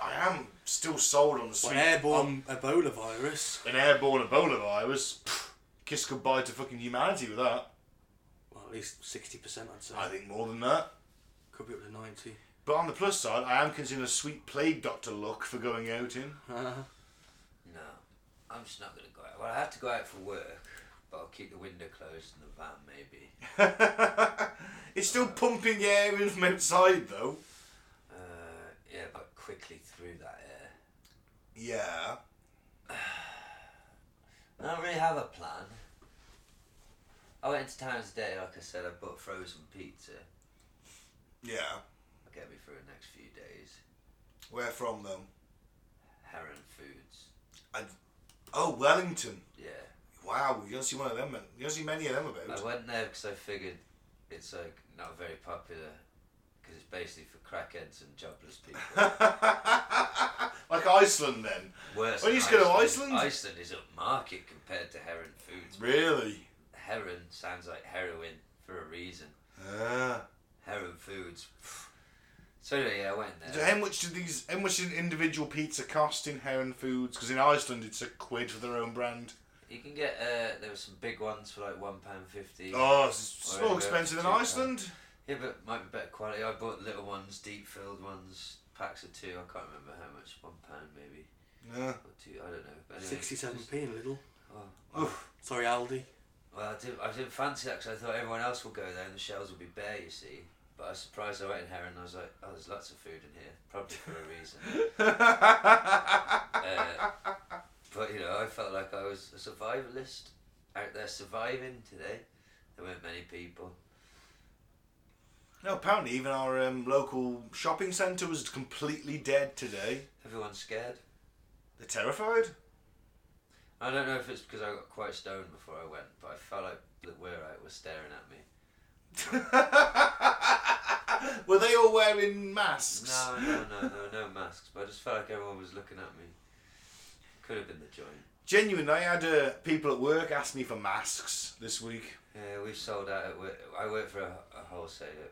I am still sold on the But sweet airborne Ebola virus. an airborne Ebola virus. Pff, kiss goodbye to fucking humanity with that. Well, at least sixty percent, I'd say. I think more than that. Could be up to ninety. But on the plus side, I am considering a sweet plague doctor look for going out in. Uh, No, I'm just not going to go out. Well, I have to go out for work, but I'll keep the window closed in the van maybe. It's still pumping air in from outside though. Uh, yeah, but quickly through that air. Yeah. I don't really have a plan. I went to town today, like I said, I bought frozen pizza. Yeah. I'll get me through the next few days. Where from though? Heron Foods. I, oh, Wellington. Yeah. Wow, you don't see one of them. You don't see many of them about. I went there because I figured it's like not very popular because it's basically for crackheads and jobless people. like Iceland then. Worse. Well, you than just go to Iceland? Iceland is upmarket compared to Heron Foods. Really? Heron sounds like heroin for a reason. Ah. Heron Foods. So anyway, yeah, I went So there. how much did these? How much did an individual pizza cost in Heron Foods? Because in Iceland it's a quid for their own brand. You can get uh, there were some big ones for like one pound fifty. Oh, it's Or more over expensive than £2. Iceland. Yeah, but it might be better quality. I bought little ones, deep filled ones, packs of two. I can't remember how much. One pound maybe Yeah. or two. I don't know. But anyway, Sixty-seven p in Lidl. Oh, Sorry, Aldi. Well, I didn't, I didn't fancy that because I thought everyone else would go there and the shelves would be bare, you see. But I was surprised I went in here and I was like, oh, there's lots of food in here, probably for a reason. uh, but, you know, I felt like I was a survivalist out there surviving today. There weren't many people. No, apparently even our um, local shopping centre was completely dead today. Everyone's scared. They're terrified. I don't know if it's because I got quite stoned before I went, but I felt like the we're out was staring at me. Were they all wearing masks? No, no, no, no, no masks, but I just felt like everyone was looking at me. Could have been the joint. Genuinely, I had uh, people at work ask me for masks this week. Yeah, we've sold out. At, wo- I work for a, a wholesaler.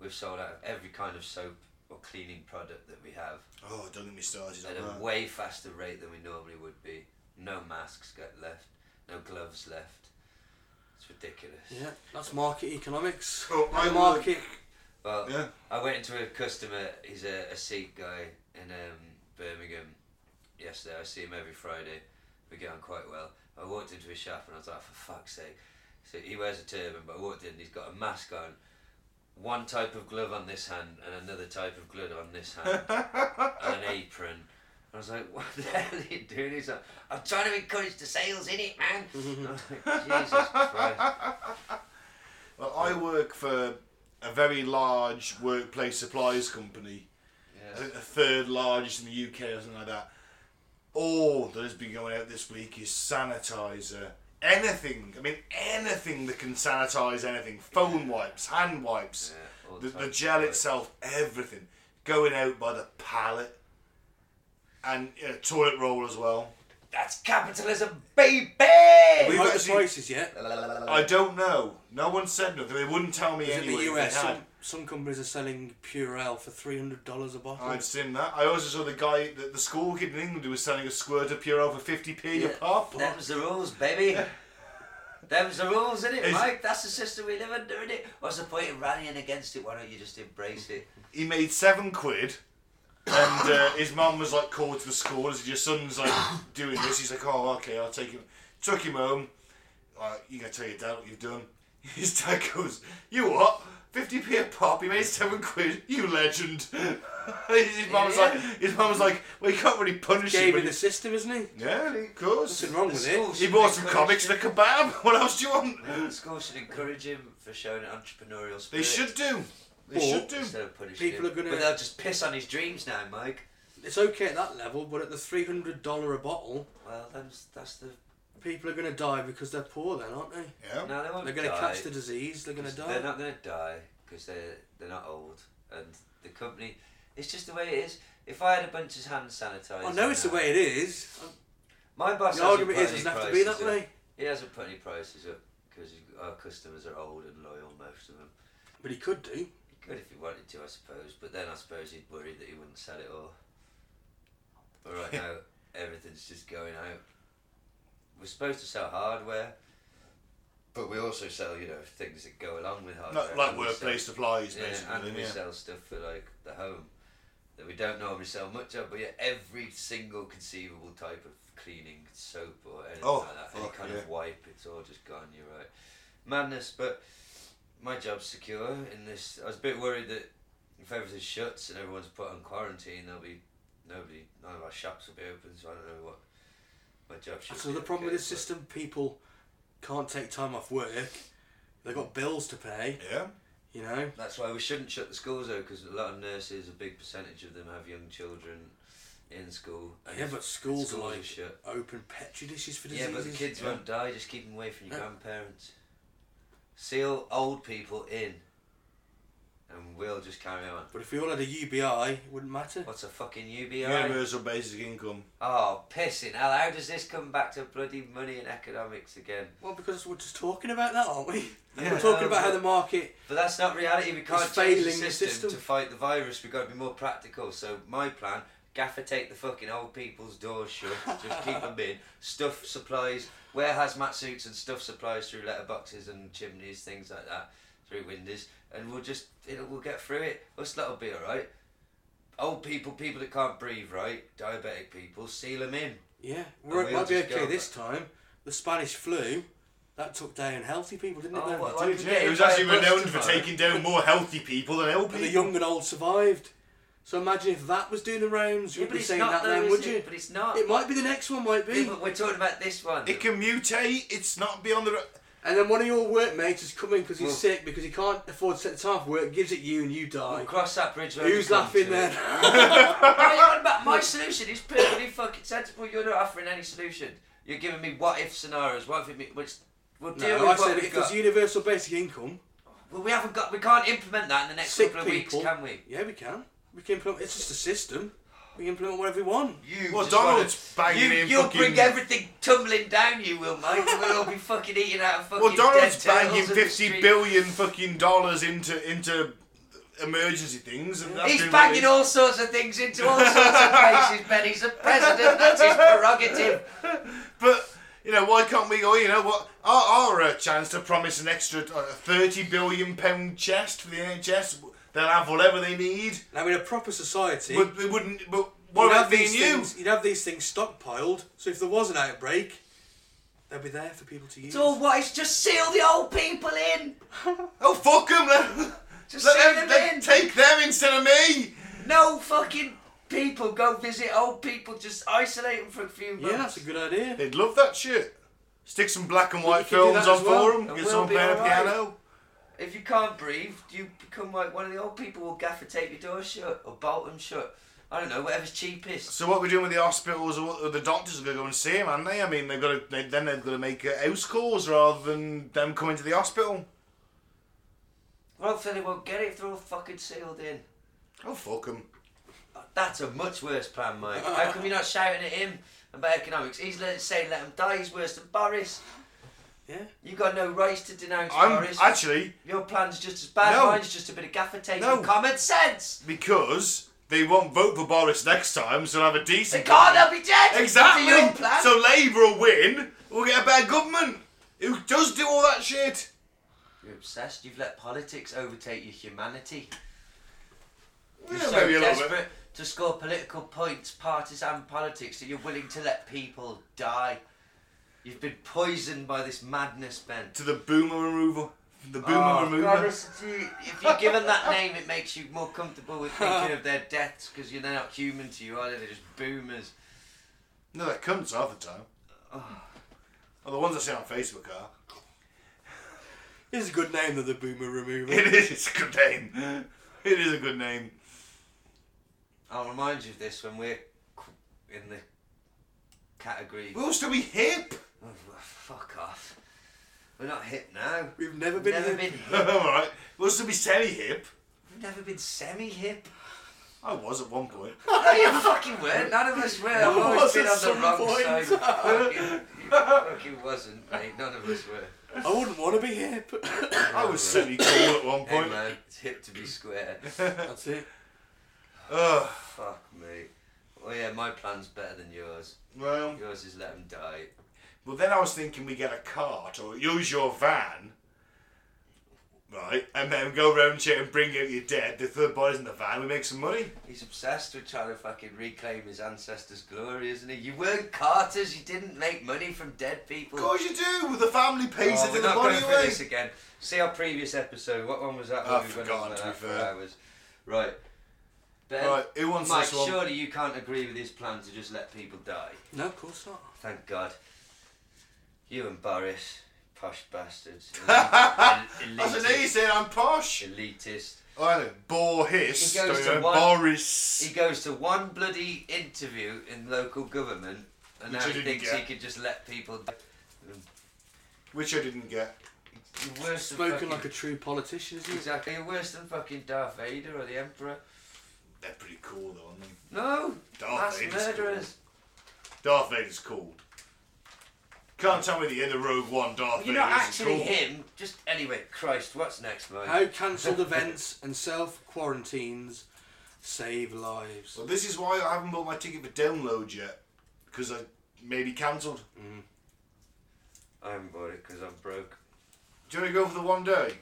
We've sold out of every kind of soap or cleaning product that we have Oh, don't get me started at on a that. way faster rate than we normally would be. No masks get left. No gloves left. It's ridiculous. Yeah, that's market economics. Oh, I That market. Well, Yeah. I went into a customer. He's a, a Sikh guy in um, Birmingham. Yesterday, I see him every Friday. We get on quite well. I walked into his shop and I was like, for fuck's sake. So he wears a turban, but I walked in. and He's got a mask on, one type of glove on this hand, and another type of glove on this hand, and an apron. I was like, what the hell are you doing? He's like, I'm trying to encourage the sales in it, man. I was like, Jesus Christ. Well, I work for a very large workplace supplies company. I Yeah. think the third largest in the UK or something like that. All that has been going out this week is sanitizer. Anything, I mean, anything that can sanitize anything. Phone wipes, hand wipes, Yeah, all the, the types of gel wipes. itself, everything. Going out by the pallet. And uh, toilet roll as well. That's capitalism, baby! We We've got the actually- prices yet. I don't know. No one said nothing. They wouldn't tell me Is it anyway. the if they US? had. Some, some companies are selling Purell for three hundred dollars a bottle. I've seen that. I also saw the guy, the, the school kid in England who was selling a squirt of Purell for 50p a Yeah. pop. Them's the rules, baby. Them's the rules, innit, Is- Mike? That's the system we live under, innit? What's the point of rallying against it? Why don't you just embrace it? He made seven quid. And uh, his mum was like called to the school as your son's like doing this. He's like, oh, okay, I'll take him. Took him home. Like, you gotta tell your dad what you've done. His dad goes, you what? 50p a pop. He made seven quid. You legend. his mum was like, his mum was like, well, you can't really punish him. Game but in the you- system, isn't he? Yeah, of course. Nothing wrong with it. He bought some comics and a kebab. What else do you want? The school should encourage him for showing an entrepreneurial They spirit. should do. They Or- should do. Instead of punishing People him. are gonna- But they'll just piss on his dreams now, Mike. It's okay at that level, but at the three hundred dollar a bottle, Well, them's, that's the... people are going to die because they're poor, then, aren't they? Yeah. No, they won't They're going to die. catch the disease. They're going to They're die. not going to die because they're they're not old, and the company. It's just the way it is. If I had a bunch of hand sanitizer, I know it's the now- way it is. My boss. The hasn't argument put is it any doesn't have to be that prices up. way. He hasn't put any prices up because our customers are old and loyal, most of them. But he could do. He could if he wanted to, I suppose. But then I suppose he'd worry that he wouldn't sell it all. But right now, everything's just going out. We're supposed to sell hardware, but we also sell, you know, things that go along with hardware. Like, like And we sell- workplace supplies, yeah, basically. and we Yeah. sell stuff for like the home that we don't normally sell much of, but yeah, every single conceivable type of cleaning soap or anything Oh, like that, any fuck, kind yeah. of wipe, it's all just gone. You're right, madness. But my job's secure in this. I was a bit worried that if everything shuts and everyone's put on quarantine, there'll be nobody, none of our shops will be open. So I don't know what my job should. That's be another problem with okay, this but- system. People can't take time off work. They've got bills to pay, Yeah. you know? That's why we shouldn't shut the schools though, because a lot of nurses, a big percentage of them have young children in school. and Yeah, but schools, are like shut. open petri dishes for Yeah, diseases. Uh, but the kids yeah. won't die. Just keep them away from your No. grandparents. Seal old people in, and we'll just carry on. But if we all had a UBI, it wouldn't matter. What's a fucking UBI? Universal basic income. Oh, pissing hell! How does this come back to bloody money and economics again? Well, because we're just talking about that, aren't we? Yeah. we're talking about how but- the market. But that's not reality. We can't It's change the failing the system, system. to fight the virus. We've got to be more practical. So my plan: gaffer tape the fucking old people's doors shut, just keep them in. Stuff supplies, wear hazmat suits and stuff supplies through letterboxes and chimneys, things like that, through windows, and we'll just it'll, we'll get through it. Us that'll be all right. Old people, people that can't breathe, right? Diabetic people, seal them in. Yeah, Oh, we we're, all might be just go okay with this time. The Spanish flu, that took down healthy people, didn't it? Oh, though? what, like- Dude, yeah, it was by a actually bus renowned for tomorrow. taking down more healthy people than ill and the people. young and old survived. So imagine if that was doing the rounds, Yeah, you'd but be it's saying not that though, then, is would it? you? But it's not. It might be the next one, might be. Yeah, but we're talking about this one. It can mutate. It's not beyond the. Re- And then one of your workmates has come in because he's Well- sick because he can't afford to set time off work, gives it you, and you We'll die. cross that bridge when we Who's come to laughing it. then? What are you on about? My solution is perfectly fucking sensible. You're not offering any solution. You're giving me what if scenarios. What if it mean, which we'll deal no, I with what said we've if there's got. universal basic income, well, we haven't got. We can't implement that in the next sick couple of weeks, people. can we? Yeah, we can. We can implement. It's just a system. We can implement whatever we want. You Well, just Donald's wanna- banging you, in You'll fucking- bring everything tumbling down. You will, mate. we'll all be fucking eating out of fucking. Well, Donald's dead turtles banging in the fifty street. billion fucking dollars into into emergency things. And that's He's been banging released. all sorts of things into all sorts of places, Ben. He's a president. That's his prerogative. But you know, why can't we go? You know what? Our, our uh, chance to promise an extra uh, thirty billion pound chest for the NHS. They'll have whatever they need. Now in a proper society, But they wouldn't. But what you'd about have me and these you? things. You'd have these things stockpiled, so if there was an outbreak, they'd be there for people to use. It's all what? It's just seal the old people in. Oh fuck them! Let, Just let seal them, them in. let- take them instead of me. No fucking people go visit old people. Just isolate them for a few months. yeah, that's a good idea. They'd love that shit. Stick some black and you white could do films that on as well. for 'em, It Get will someone be playing a alright. piano. If you can't breathe, you become like one of the old people. Will gaffer tape your doors shut or bolt them shut. I don't know. Whatever's cheapest. So what we're doing with the hospitals or what- or the doctors are going to go and see him, aren't they? I mean, they've got to they, then they've got to make uh, house calls rather than them coming to the hospital. Well, hopefully they won't get it if they're all fucking sealed in. Oh fuck 'em. That's a much worse plan, mate. How come you're not shouting at him about economics? He's let, saying let him die. He's worse than Boris. Yeah. You got no rights to denounce I'm Boris. actually Your plan's just as bad. No. Mine's just a bit of gaffer tape No. and common sense. because they won't vote for Boris next time, so they'll have a They decent. can't. They'll be dead. Exactly. It's a young plan. So Labour will win. We'll get a better government who does do all that shit. You're obsessed. You've let politics overtake your humanity. You're Yeah, so maybe a little bit. desperate to score political points, partisan politics, that you're willing to let people die. You've been poisoned by this madness, Ben. To the boomer removal. The boomer Oh, removal. God, it's- if you're given that name, it makes you more comfortable with thinking of their deaths because you're not human to you, are they? They're just boomers. No, they're cunts half the time. Ah. Well, the ones I see on Facebook are. This is a good name that the boomer removal. It is it's a good name. It is a good name. I'll remind you of this when we're qu- in the category. We'll still be hip. Oh, fuck off. We're not hip now. We've never We've been. never in- been hip. All right. We'll still be semi-hip. We've never been semi-hip. I was at one point. No, you fucking weren't. None of us were. I've always was been at on the some wrong point. side. You fucking, you fucking wasn't, mate. None of us were. I wouldn't want to be hip. I was certainly cool at one Hey, point. man, it's hip to be square. That's it. Ugh. Fuck me. Oh yeah, my plan's better than yours. well, Yours is let them die. well, then I was thinking we get a cart or use your van, right? And then go round here and bring out your dead. The third body's in the van. We make some money. He's obsessed with trying to fucking reclaim his ancestors' glory, isn't he? You weren't carters. You didn't make money from dead people. Of course you do. The family pays Oh, it we're in the not body going for away. this again. See our previous episode. What one was that? I've We went forgotten, to on for be that fair. for hours. Right. Ben, Right, who wants Mike, this one? surely you can't agree with his plan to just let people die. No, of course not. Thank God. You and Boris, posh bastards. Elitist. That's an easy. I'm posh. Elitist. Oh, I know. Boris. He goes Don't to know, one- He Boris. goes to one bloody interview in local government, and Which now I he didn't thinks get. he could just let people. Which I didn't get. You're worse than Spoken fucking, like a true politician, isn't it? exactly. You're worse than fucking Darth Vader or the Emperor. They're pretty cool though, aren't they? No, Darth that's Vader's murderers. Darth Vader's cooled. Can't tell me the other Rogue One Darth You're Vader not is actually cool. him. Just anyway, Christ, what's next, mate? How cancelled events and self quarantines save lives. Well, this is why I haven't bought my ticket for download yet because I may be cancelled. I haven't bought it because I'm broke. Do you want to go for the one day?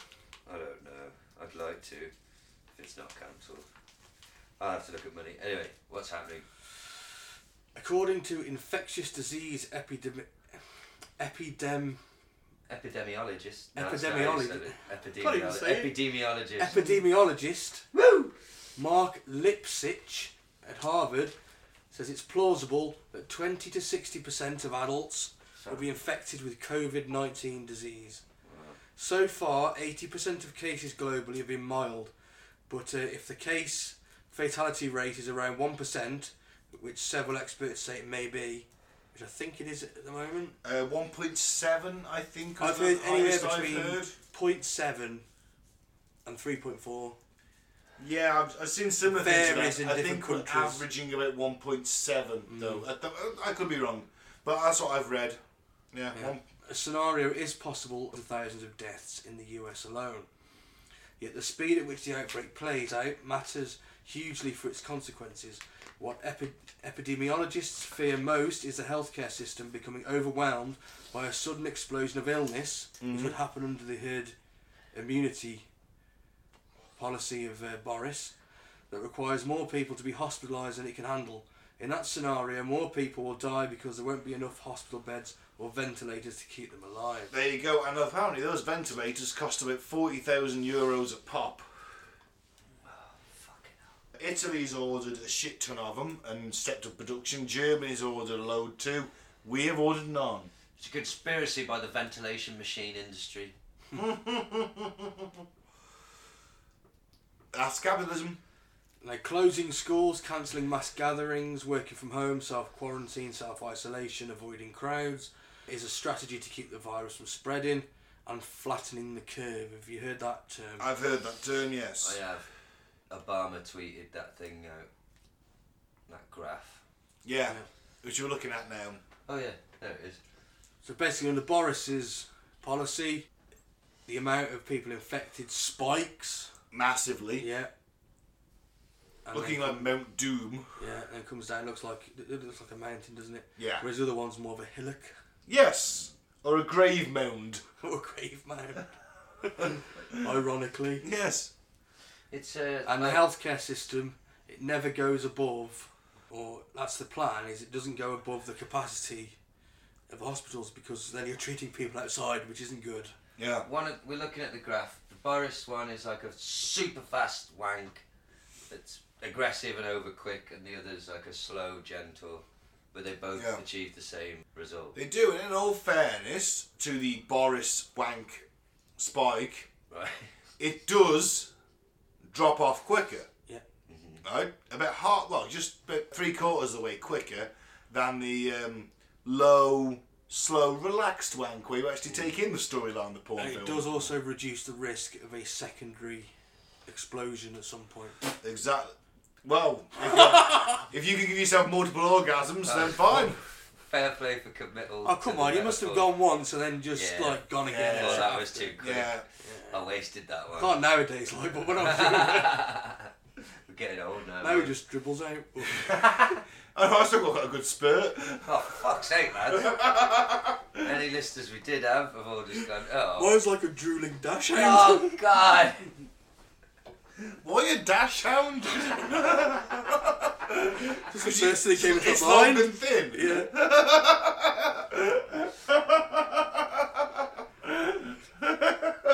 I don't know. I'd like to. If it's not cancelled, I'll have to look at money. Anyway, what's happening? According to infectious disease epidemic. Epidem, Epidemiologist. No, that's not how you said it. Can't even say it. Epidemiologist. Epidemiologist. epidemiologist Woo! Mark Lipsitch at Harvard says it's plausible that 20 to 60% of adults will be infected with COVID 19 disease. So far, 80% of cases globally have been mild, but uh, if the case fatality rate is around 1%, which several experts say it may be, which I think it is at the moment, Uh, 1.7, I think. was I've the heard anywhere highest I've between heard. 0.7 and 3.4. Yeah, I've, I've seen similar Varies things. to in that. I different think we're countries. Mm. averaging about 1.7, though. At the- I could be wrong, but that's what I've read. Yeah, One, a scenario is possible of thousands of deaths in the US alone. Yet the speed at which the outbreak plays out matters hugely for its consequences. What epi- epidemiologists fear most is the healthcare system becoming overwhelmed by a sudden explosion of illness, which would happen under the herd immunity policy of uh, Boris, that requires more people to be hospitalised than it can handle. In that scenario, more people will die because there won't be enough hospital beds or ventilators to keep them alive. there you go. And apparently, those ventilators cost about 40,000 euros a pop. Italy's ordered a shit ton of them and stepped up production. Germany's ordered a load too. We have ordered none. It's a conspiracy by the ventilation machine industry. That's capitalism. Now, closing schools, cancelling mass gatherings, working from home, self quarantine, self isolation, avoiding crowds is a strategy to keep the virus from spreading and flattening the curve. Have you heard that term? I've heard that term, yes. Oh, I have. Obama tweeted that thing out. That graph. yeah. Which you're looking at now. Oh yeah, there it is. So basically, under Boris's policy, the amount of people infected spikes. Massively. Yeah. And Looking then, like Mount Doom. yeah, and then comes down. Looks like it looks like a mountain, doesn't it? Yeah. Whereas the other one's more of a hillock Yes. Or a grave mound. or a grave mound. Ironically. Yes. It's uh, And the like- healthcare system, it never goes above, or that's the plan, is it doesn't go above the capacity of hospitals because then you're treating people outside, which isn't good. Yeah. One of, we're looking at the graph. The Boris one is like a super fast wank that's aggressive and over quick, and the other's like a slow, gentle. But they both Yeah. achieve the same result, They do, and in all fairness to the Boris Wank spike, right? it does drop off quicker. Yeah. Right? About half, well, just about three quarters of the way quicker than the um, low, slow, relaxed wank where you actually take in the storyline, the porn And it film. does also reduce the risk of a secondary explosion at some point. Exactly. Well, if you, if you can give yourself multiple orgasms, then fine. Fair play for committal. Oh, to come the on, you must have metaphor. gone once and then just Yeah. like gone again. Yeah. Oh, It's that like- was too quick. Yeah. I wasted that one. Can't nowadays, like, but when I was doing it, We're getting old now. now it mate. just dribbles out. Oh, I still got a good spurt. Oh, fuck's sake, lads. Any listeners we did have have all just gone, oh. Mine's like a drooling dash out. Oh, God. Why a dash hound? That's the first thing that came It's to long mind. and thin. Yeah.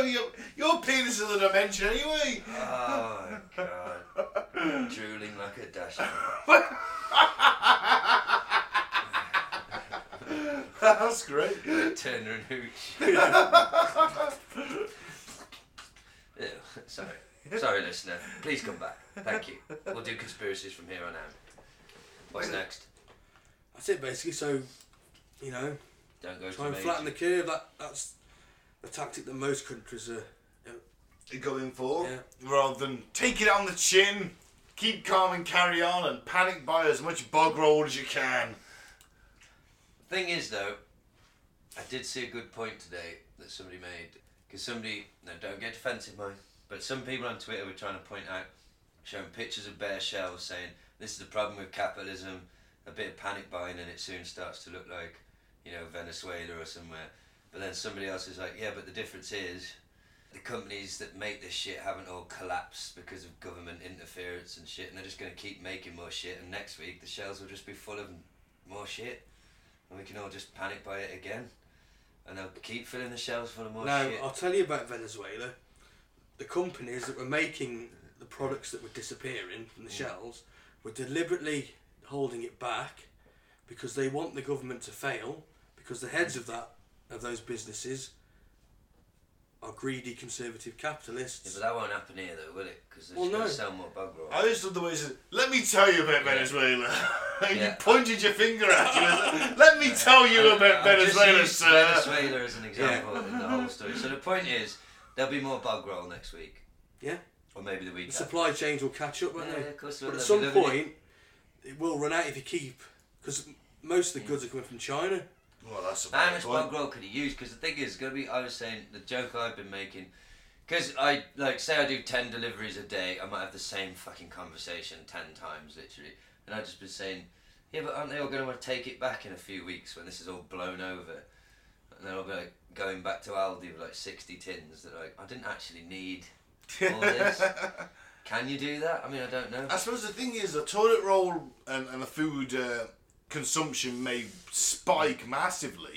your, your penis is a dimension anyway. Oh, God. Drooling like a dash. That's great. Turner and Hooch. Ew, sorry. Sorry, listener. Please come back. Thank you. We'll do conspiracies from here on out. What's next? That's it basically. So, you know, Don't go try to and flatten the curve. That that's the tactic that most countries are. Going for Yeah. rather than take it on the chin, keep calm and carry on, and panic buy as much bog roll as you can. Thing is, though, I did see a good point today that somebody made. Because somebody, no, don't get defensive, mind. But some people on Twitter were trying to point out, showing pictures of bare shelves, saying this is the problem with capitalism. A bit of panic buying, and it soon starts to look like, you know, Venezuela or somewhere. But then somebody else is like, yeah, but the difference is, the companies that make this shit haven't all collapsed because of government interference and shit, and they're just going to keep making more shit. And next week, the shelves will just be full of more shit and we can all just panic by it again. And they'll keep filling the shelves full of more now Oh, shit. I'll tell you about Venezuela. The companies that were making the products that were disappearing from Mm. the shelves were deliberately holding it back because they want the government to fail because the heads of that of those businesses are greedy conservative Yeah, capitalists. but that won't happen here, though, will it? Because they're Well, just going no. to sell more bug roll. I just love the way he said, let me tell you about Venezuela. and you Yeah. pointed your finger at him. Let me tell you about I've Venezuela, just used sir. Venezuela as an example in the whole story. So the point is, there'll be more bug roll next week, yeah. or maybe the week The after. supply chains will catch up, won't Yeah, they? yeah, of course they but will. at They'll be some loving point, it will run out if you keep, because most of the goods are coming from China. Well, that's a How bad much point. bug roll could he use? Because the thing is, it's gonna be. I was saying the joke I've been making. Because I like say I do ten deliveries a day, I might have the same fucking conversation ten times literally, and I've just been saying, yeah, but aren't they all gonna want to take it back in a few weeks when this is all blown over? And then I'll be like going back to Aldi with like sixty tins that like I didn't actually need all this. Can you do that? I mean, I don't know. I suppose the thing is, the toilet roll and, and the food uh, consumption may spike massively,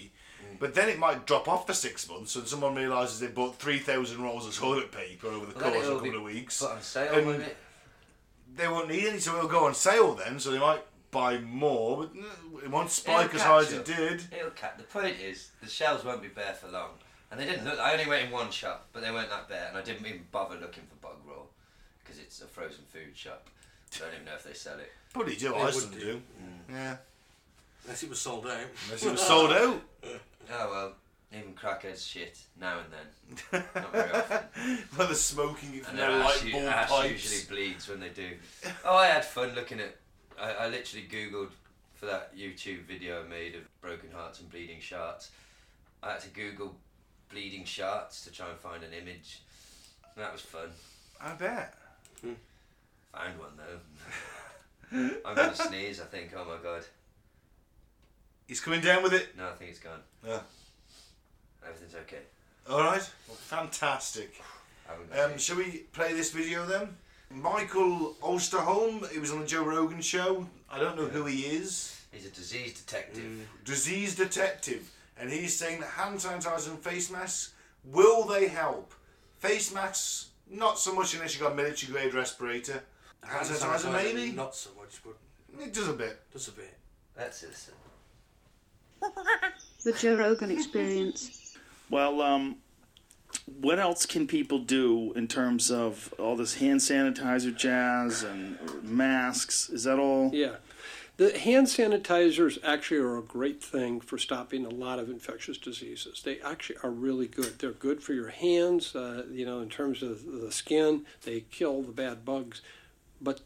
Mm. but then it might drop off for six months, and someone realises they bought 3,000 rolls of toilet paper over the Well, then course of it'll a be couple of weeks. Put on sale, And won't it? They won't need any, so it'll go on sale then, so they might buy more, but mm, it won't spike It'll as high as catch it up. did. It'll cut. The point is, the shelves won't be bare for long. And they didn't look. I only went in one shop, but they weren't that bare, and I didn't even bother looking for bug roll because it's a frozen food shop. I don't even know if they Mm. sell it. Probably do, They I would still do. do. Yeah. Unless it was sold out. Unless it was sold out. Oh well, even crackheads shit now and then. Not very often. Well, they're smoking it from And their their light ash, u- bulb ash pipes. usually bleeds when they do. Oh, I had fun looking at. I, I literally googled for that YouTube video I made of broken hearts and bleeding sharks. I had to Google bleeding sharks to try and find an image. And that was fun. I bet. Found one though. I'm gonna sneeze. I think. Oh my god. He's coming down with it. No, I think it's gone. Yeah. Everything's okay. All right. Well, fantastic. I haven't got Um, any- shall we play this video then? Michael Ulsterholm, he was on the Joe Rogan show. I don't know who he is. He's a disease detective. mm. Disease detective. And he's saying that hand sanitizer and face masks, will they help? Face masks, not so much unless you've got a military grade respirator. Hand sanitizer, maybe? Not so much, but It does a bit. just a bit. Let's listen. The Joe Rogan Experience. Well, um, what else can people do in terms of all this hand sanitizer jazz and masks? Is that all? Yeah. The hand sanitizers actually are a great thing for stopping a lot of infectious diseases. They actually are really good. They're good for your hands, uh, you know, in terms of the skin, they kill the bad bugs. But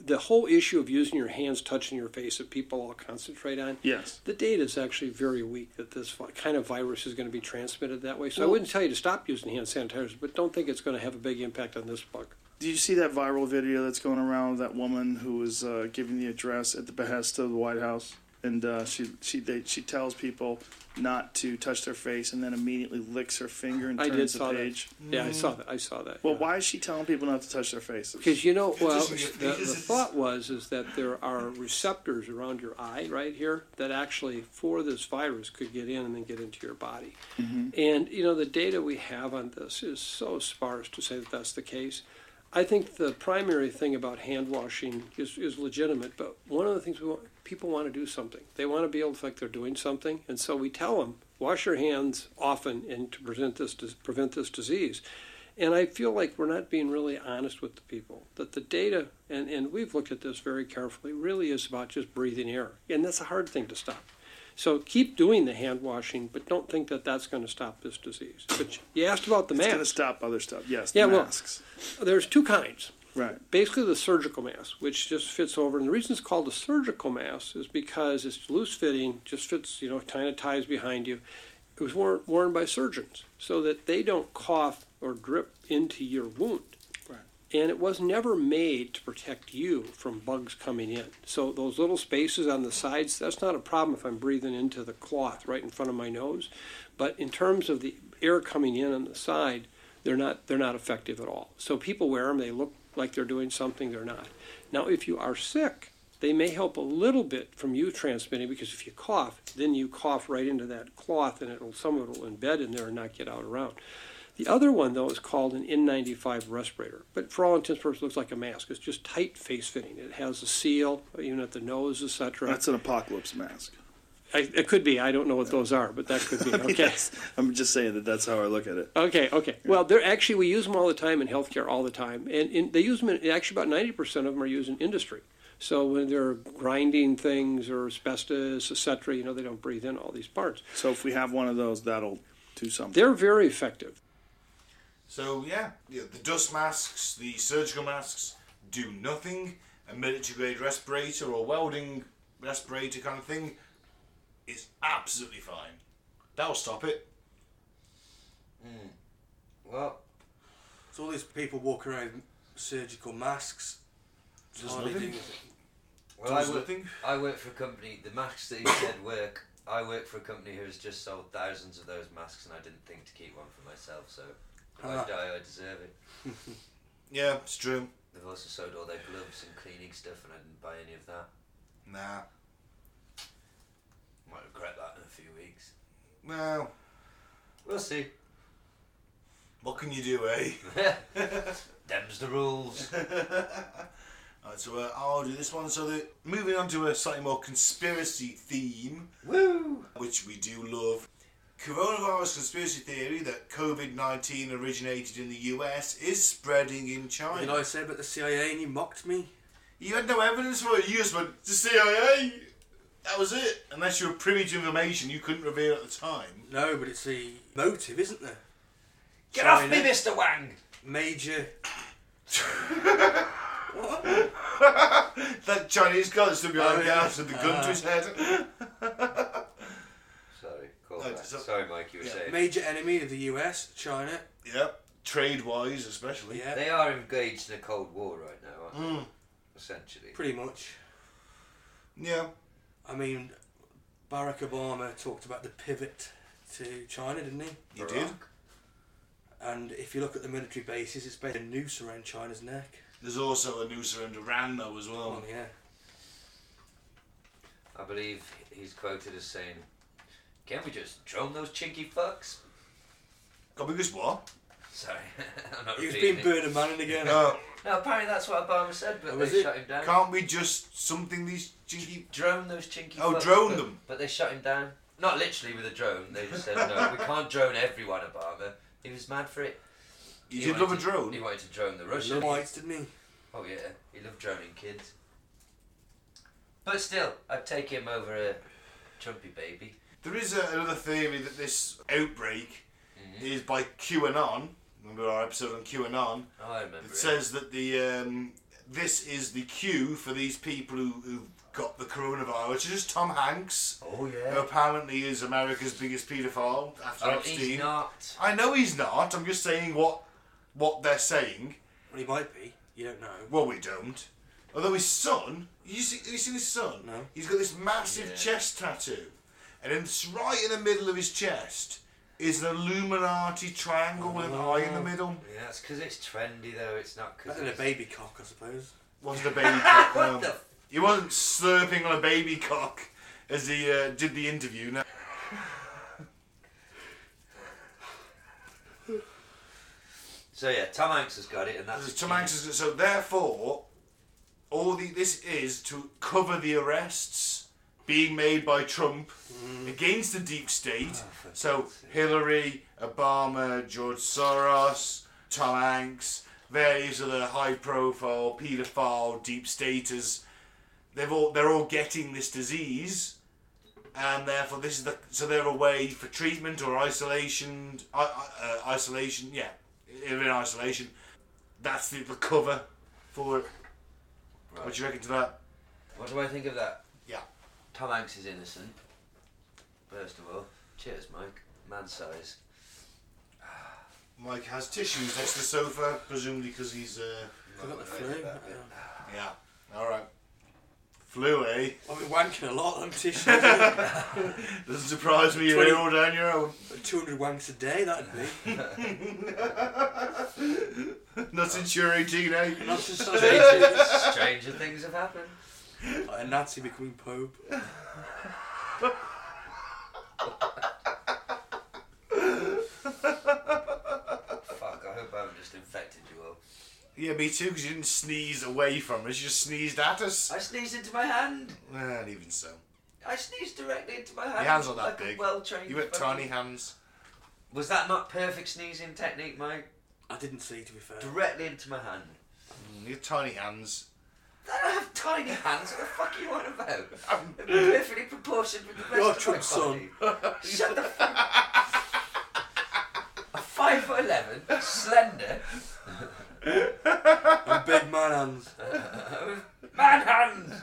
the whole issue of using your hands touching your face that people all concentrate on, Yes. the data is actually very weak that this vi- kind of virus is going to be transmitted that way. So I wouldn't tell you to stop using hand sanitizers, but don't think it's going to have a big impact on this bug. Did you see that viral video that's going around of that woman who was uh, giving the address at the behest of the White House? And uh, she she they, she tells people not to touch their face, and then immediately licks her finger and I turns did the saw page. that. Yeah, I saw that. I saw that. Well, yeah. why is she telling people not to touch their faces? Because you know, well, Just- the, the thought was is that there are receptors around your eye right here that actually for this virus could get in and then get into your body. And you know, the data we have on this is so sparse to say that that's the case. I think the primary thing about hand washing is, is legitimate, but one of the things we want, people want to do something. They want to be able to feel like they're doing something, and so we tell them wash your hands often and to prevent this dis- prevent this disease. And I feel like we're not being really honest with the people. That the data, and, and we've looked at this very carefully, really is about just breathing air. And that's a hard thing to stop. So keep doing the hand washing, but don't think that that's going to stop this disease. But you asked about the It's mask. going to stop other stuff. Yes, the yeah, masks. well, there's two kinds. Right. Basically, the surgical mask, which just fits over, and the reason it's called a surgical mask is because it's loose fitting, just fits, you know, kind of ties behind you. It was worn, worn by surgeons so that they don't cough or drip into your wound. Right. And it was never made to protect you from bugs coming in. So those little spaces on the sides, that's not a problem if I'm breathing into the cloth right in front of my nose. But in terms of the air coming in on the side, they're not they're not effective at all. So people wear them. They look like they're doing something. They're not. Now, if you are sick, they may help a little bit from you transmitting because if you cough, then you cough right into that cloth, and it'll some of it will embed in there and not get out around. The other one though is called an N95 respirator, but for all intents and purposes, looks like a mask. It's just tight face fitting. It has a seal, even at the nose, etc. That's an apocalypse mask. I, it could be. I don't know what those are, but that could be. I mean, Okay. that's- I'm just saying that that's how I look at it. Okay, okay. Well, they're actually we use them all the time in healthcare all the time, and, and they use them. In, actually, about ninety percent of them are used in industry. So when they're grinding things or asbestos, etc., you know, they don't breathe in all these parts. So if we have one of those, that'll do something. They're very effective. So yeah, yeah, the dust masks, the surgical masks do nothing. A military grade respirator or welding respirator kind of thing is absolutely fine. That'll stop it. Well, So all these people walking around with surgical masks. Does hardly nothing. do anything. Well, I work, I work for a company, the masks that you said work, I work for a company who has just sold thousands of those masks and I didn't think to keep one for myself, so if Ah. I die, I deserve it. Yeah, it's true. They've also sold all their gloves and cleaning stuff and I didn't buy any of that. Nah. Might regret that in a few weeks. Well, we'll see. What can you do, eh? Them's the rules. Alright, so uh, I'll do this one. So the, moving on to a slightly more conspiracy theme, Woo! which we do love. Coronavirus conspiracy theory that COVID nineteen originated in the U.S. is spreading in China. You know, I said about the CIA and you mocked me. You had no evidence for it. You just went to CIA. That was it. Unless you were privy to information you couldn't reveal at the time. No, but it's the motive, isn't there? Get off me, Mr. Wang! Major. That Chinese guy that stood behind the house with the gun to his head. Sorry, call back. Sorry, Mike, you were saying. Major enemy of the US, China. Yep. Trade wise, especially. Yeah. They are engaged in a Cold War right now, aren't they? Mm. Essentially. Pretty much. Yeah. I mean, Barack Obama talked about the pivot to China, didn't he? He did. And if you look at the military bases, it's basically a noose around China's neck. There's also a noose around Iran though as well. Well, yeah. I believe he's quoted as saying, Can we just drone those chinky fucks? Can we just what? Sorry, I'm not He was repeating being it. Burning Man again. No. No, apparently that's what Obama said, but Oh, Was they it? shut him down. Can't we just something these chinky drone those chinky? Oh, fucks, drone but- them. But they shut him down. Not literally with a drone. They just said no. We can't drone everyone, Obama. He was mad for it. He He did love a wanted to- drone. He wanted to drone the He Russians. loved whites, didn't he? Oh yeah, he loved droning kids. But still, I'd take him over a Trumpy baby. There is a, another theory that this outbreak is by QAnon. Remember our episode on QAnon? Oh, I remember. It it. says that the um, this is the cue for these people who, who've got the coronavirus. It's just Tom Hanks. Oh yeah. Who apparently is America's biggest paedophile after Oh, Epstein. he's not. I know he's not. I'm just saying what what they're saying. Well, he might be. You don't know. Well, we don't. Although his son, you see, have you seen his son? No. He's got this massive Yeah. chest tattoo, and in, right in the middle of his chest is an Illuminati triangle with an eye in the middle. Oh, Yeah, that's because it's trendy though. It's not because. Better than a baby cock, I suppose. Wasn't a baby cock. What no. the f- He wasn't slurping on a baby cock as he uh, did the interview. No. So yeah, Tom Hanks has got it, and that's Tom Hanks is so therefore all the this is to cover the arrests being made by Trump against the deep state. so Hillary, Obama, George Soros, Tom Hanks, various other high profile, paedophile, deep staters, they've all they're all getting this disease. And therefore, this is the so they're away for treatment or isolation, uh, uh, isolation. Yeah, in isolation. That's the, the cover for it. What do you reckon to that? What do I think of that? Yeah. Tom Hanks is innocent. First of all, cheers, Mike. Man size. Mike has tissues next to the sofa, presumably because he's. Uh, I got the flu. Yeah. All right. Flu, eh? I've been wanking a lot on tissues. Doesn't surprise me. You're here all down your own. Two hundred wanks a day, that'd be. Not since you're 18, eh? Not since I was Stranger things have happened. A Nazi becoming Pope. Fuck, I hope I haven't just infected you all. Yeah, me too, because you didn't sneeze away from us, you just sneezed at us. I sneezed into my hand. And even so. I sneezed directly into my hand. Your hands are that like big. A well-trained you got fucking- tiny hands. Was that not perfect sneezing technique, Mike? I didn't see, to be fair. Directly into my hand. Mm, You got tiny hands. I don't have tiny hands. What the fuck are you on about? I'm perfectly proportioned with the rest You're of my Trump's body. Shut the fuck. I'm Five foot eleven, slender, And big man hands. man hands.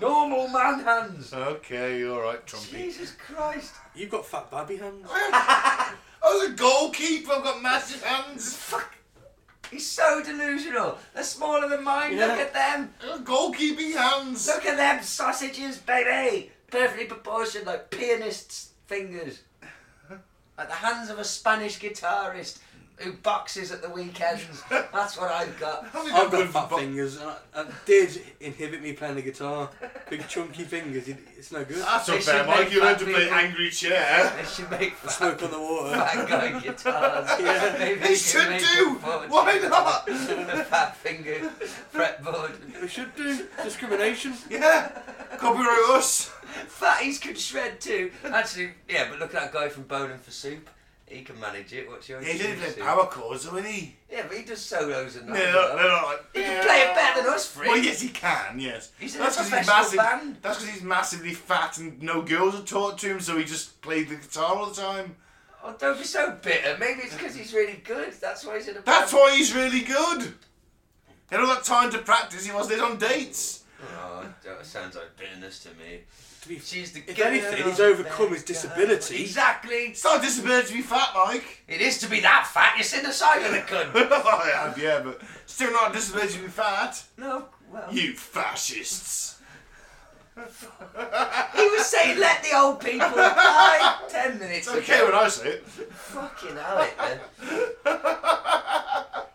Normal man hands. Okay, alright, Trumpy. Jesus Christ. You've got fat babby hands. I was a Oh, goalkeeper, I've got massive hands. Fuck. He's so delusional. They're smaller than mine. Look Yeah. at them. I've got goalkeeping hands. Look at them sausages, baby. Perfectly proportioned, like pianist's fingers. Like the hands of a Spanish guitarist who boxes at the weekends. That's what I've got. I've got fat fingers, and I, I did inhibit me playing the guitar. Big chunky fingers, it, it's no good. That's They unfair, should Mike. make You learned to fat play people- Angry Chair. They should make fat Smoke on the water. guy guitars. Yeah. Maybe They can should make do. a fortune Why not? with a fat finger fretboard. We should do discrimination. Yeah. Copyright us. Fatties can shred too. Actually, yeah, but look at that guy from Bowling for Soup. He can manage it. What's your Yeah, he didn't play excuse, Soup? power chords, though, didn't he? Yeah, but he does solos and that. No, as no, well. no, like, He can play it better than us, Fritz. Well, yes, he can. Yes, He's in a 'cause professional massive- band. That's because he's massively fat and no girls are taught to him, so he just played the guitar all the time. Oh, don't be so bitter. Maybe it's because he's really good. That's why he's in a That's band. why he's really good. He had all that time to practice. He wasn't on dates. Oh, that sounds like bitterness to me. To be She's the If girl anything, he's of overcome the his disability. girl. Exactly. It's not a disability to be fat, Mike. It is to be that fat. It's in the side of the cunt. I have, yeah, but still not a disability to be fat. no, well. You fascists. He was saying let the old people die ten minutes It's okay ago. when I say it. Fucking hell, it then.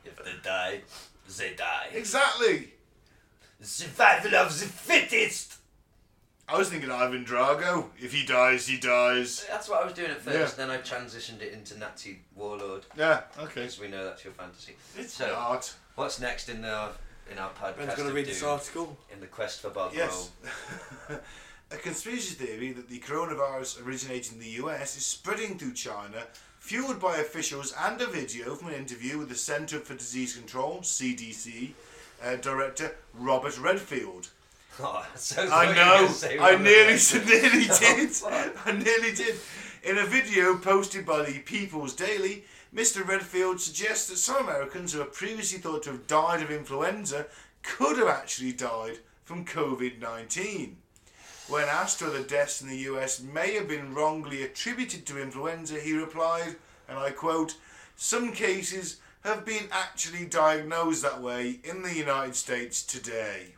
if they die, they die. Exactly. Survival of the fittest. I was thinking Ivan Drago. If he dies, he dies. That's what I was doing at first. Yeah. Then I transitioned it into Nazi warlord. Yeah, okay. Because we know that's your fantasy. It's so, not. what's next in our in our podcast? Ben's going of to read doom, this article. in the quest for Bob Yes. a conspiracy theory that the coronavirus originating in the US is spreading through China, fueled by officials and a video from an interview with the Centre for Disease Control, CDC, uh, director Robert Redfield. Oh, that's so I funny know. to say I Robert nearly, Redford. nearly did. fuck. I nearly did. In a video posted by the People's Daily, Mr. Redfield suggests that some Americans who were previously thought to have died of influenza could have actually died from COVID 19. When asked whether deaths in the US may have been wrongly attributed to influenza, he replied, and I quote, Some cases have been actually diagnosed that way in the United States today.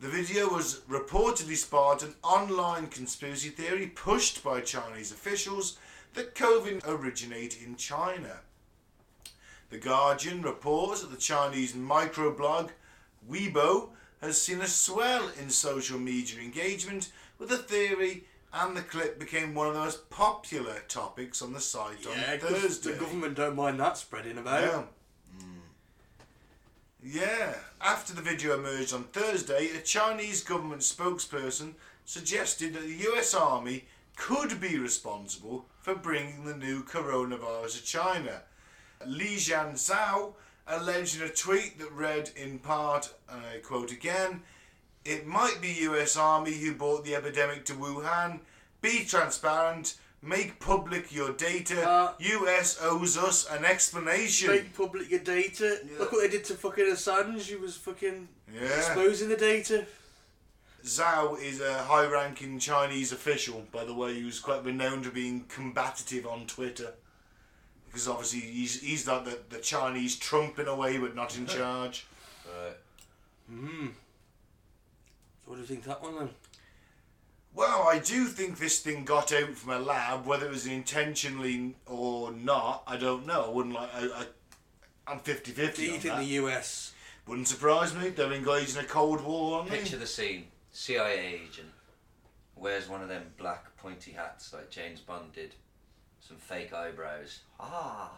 The video was reportedly sparked an online conspiracy theory pushed by Chinese officials that COVID originated in China. The Guardian reports that the Chinese microblog Weibo has seen a swell in social media engagement with the theory and the clip became one of the most popular topics on the site Yeah, on 'cause Thursday. the government don't mind that spreading about. Yeah. Hmm. Yeah. After the video emerged on Thursday, a Chinese government spokesperson suggested that the US Army could be responsible for bringing the new coronavirus to China. Li Jianzhao alleged in a tweet that read, in part, and I quote again, it might be US Army who brought the epidemic to Wuhan. Be transparent. Make public your data. US owes us an explanation. Make public your data. Look what they did to fucking Assange. He was fucking Yeah. exposing the data. Zhao is a high ranking Chinese official, by the way, who's quite renowned for being combative on Twitter. Because obviously he's, he's like the, the Chinese Trump in a way, but not in charge. Right. Hmm. So what do you think of that one then? Well, I do think this thing got out from a lab, whether it was intentionally or not, I don't know. I wouldn't like. I, I, I'm 50 50. Do you think the US. Wouldn't surprise me. They're engaged in a Cold War, aren't they? Picture the scene: CIA agent wears one of them black pointy hats like James Bond did, some fake eyebrows. Ah.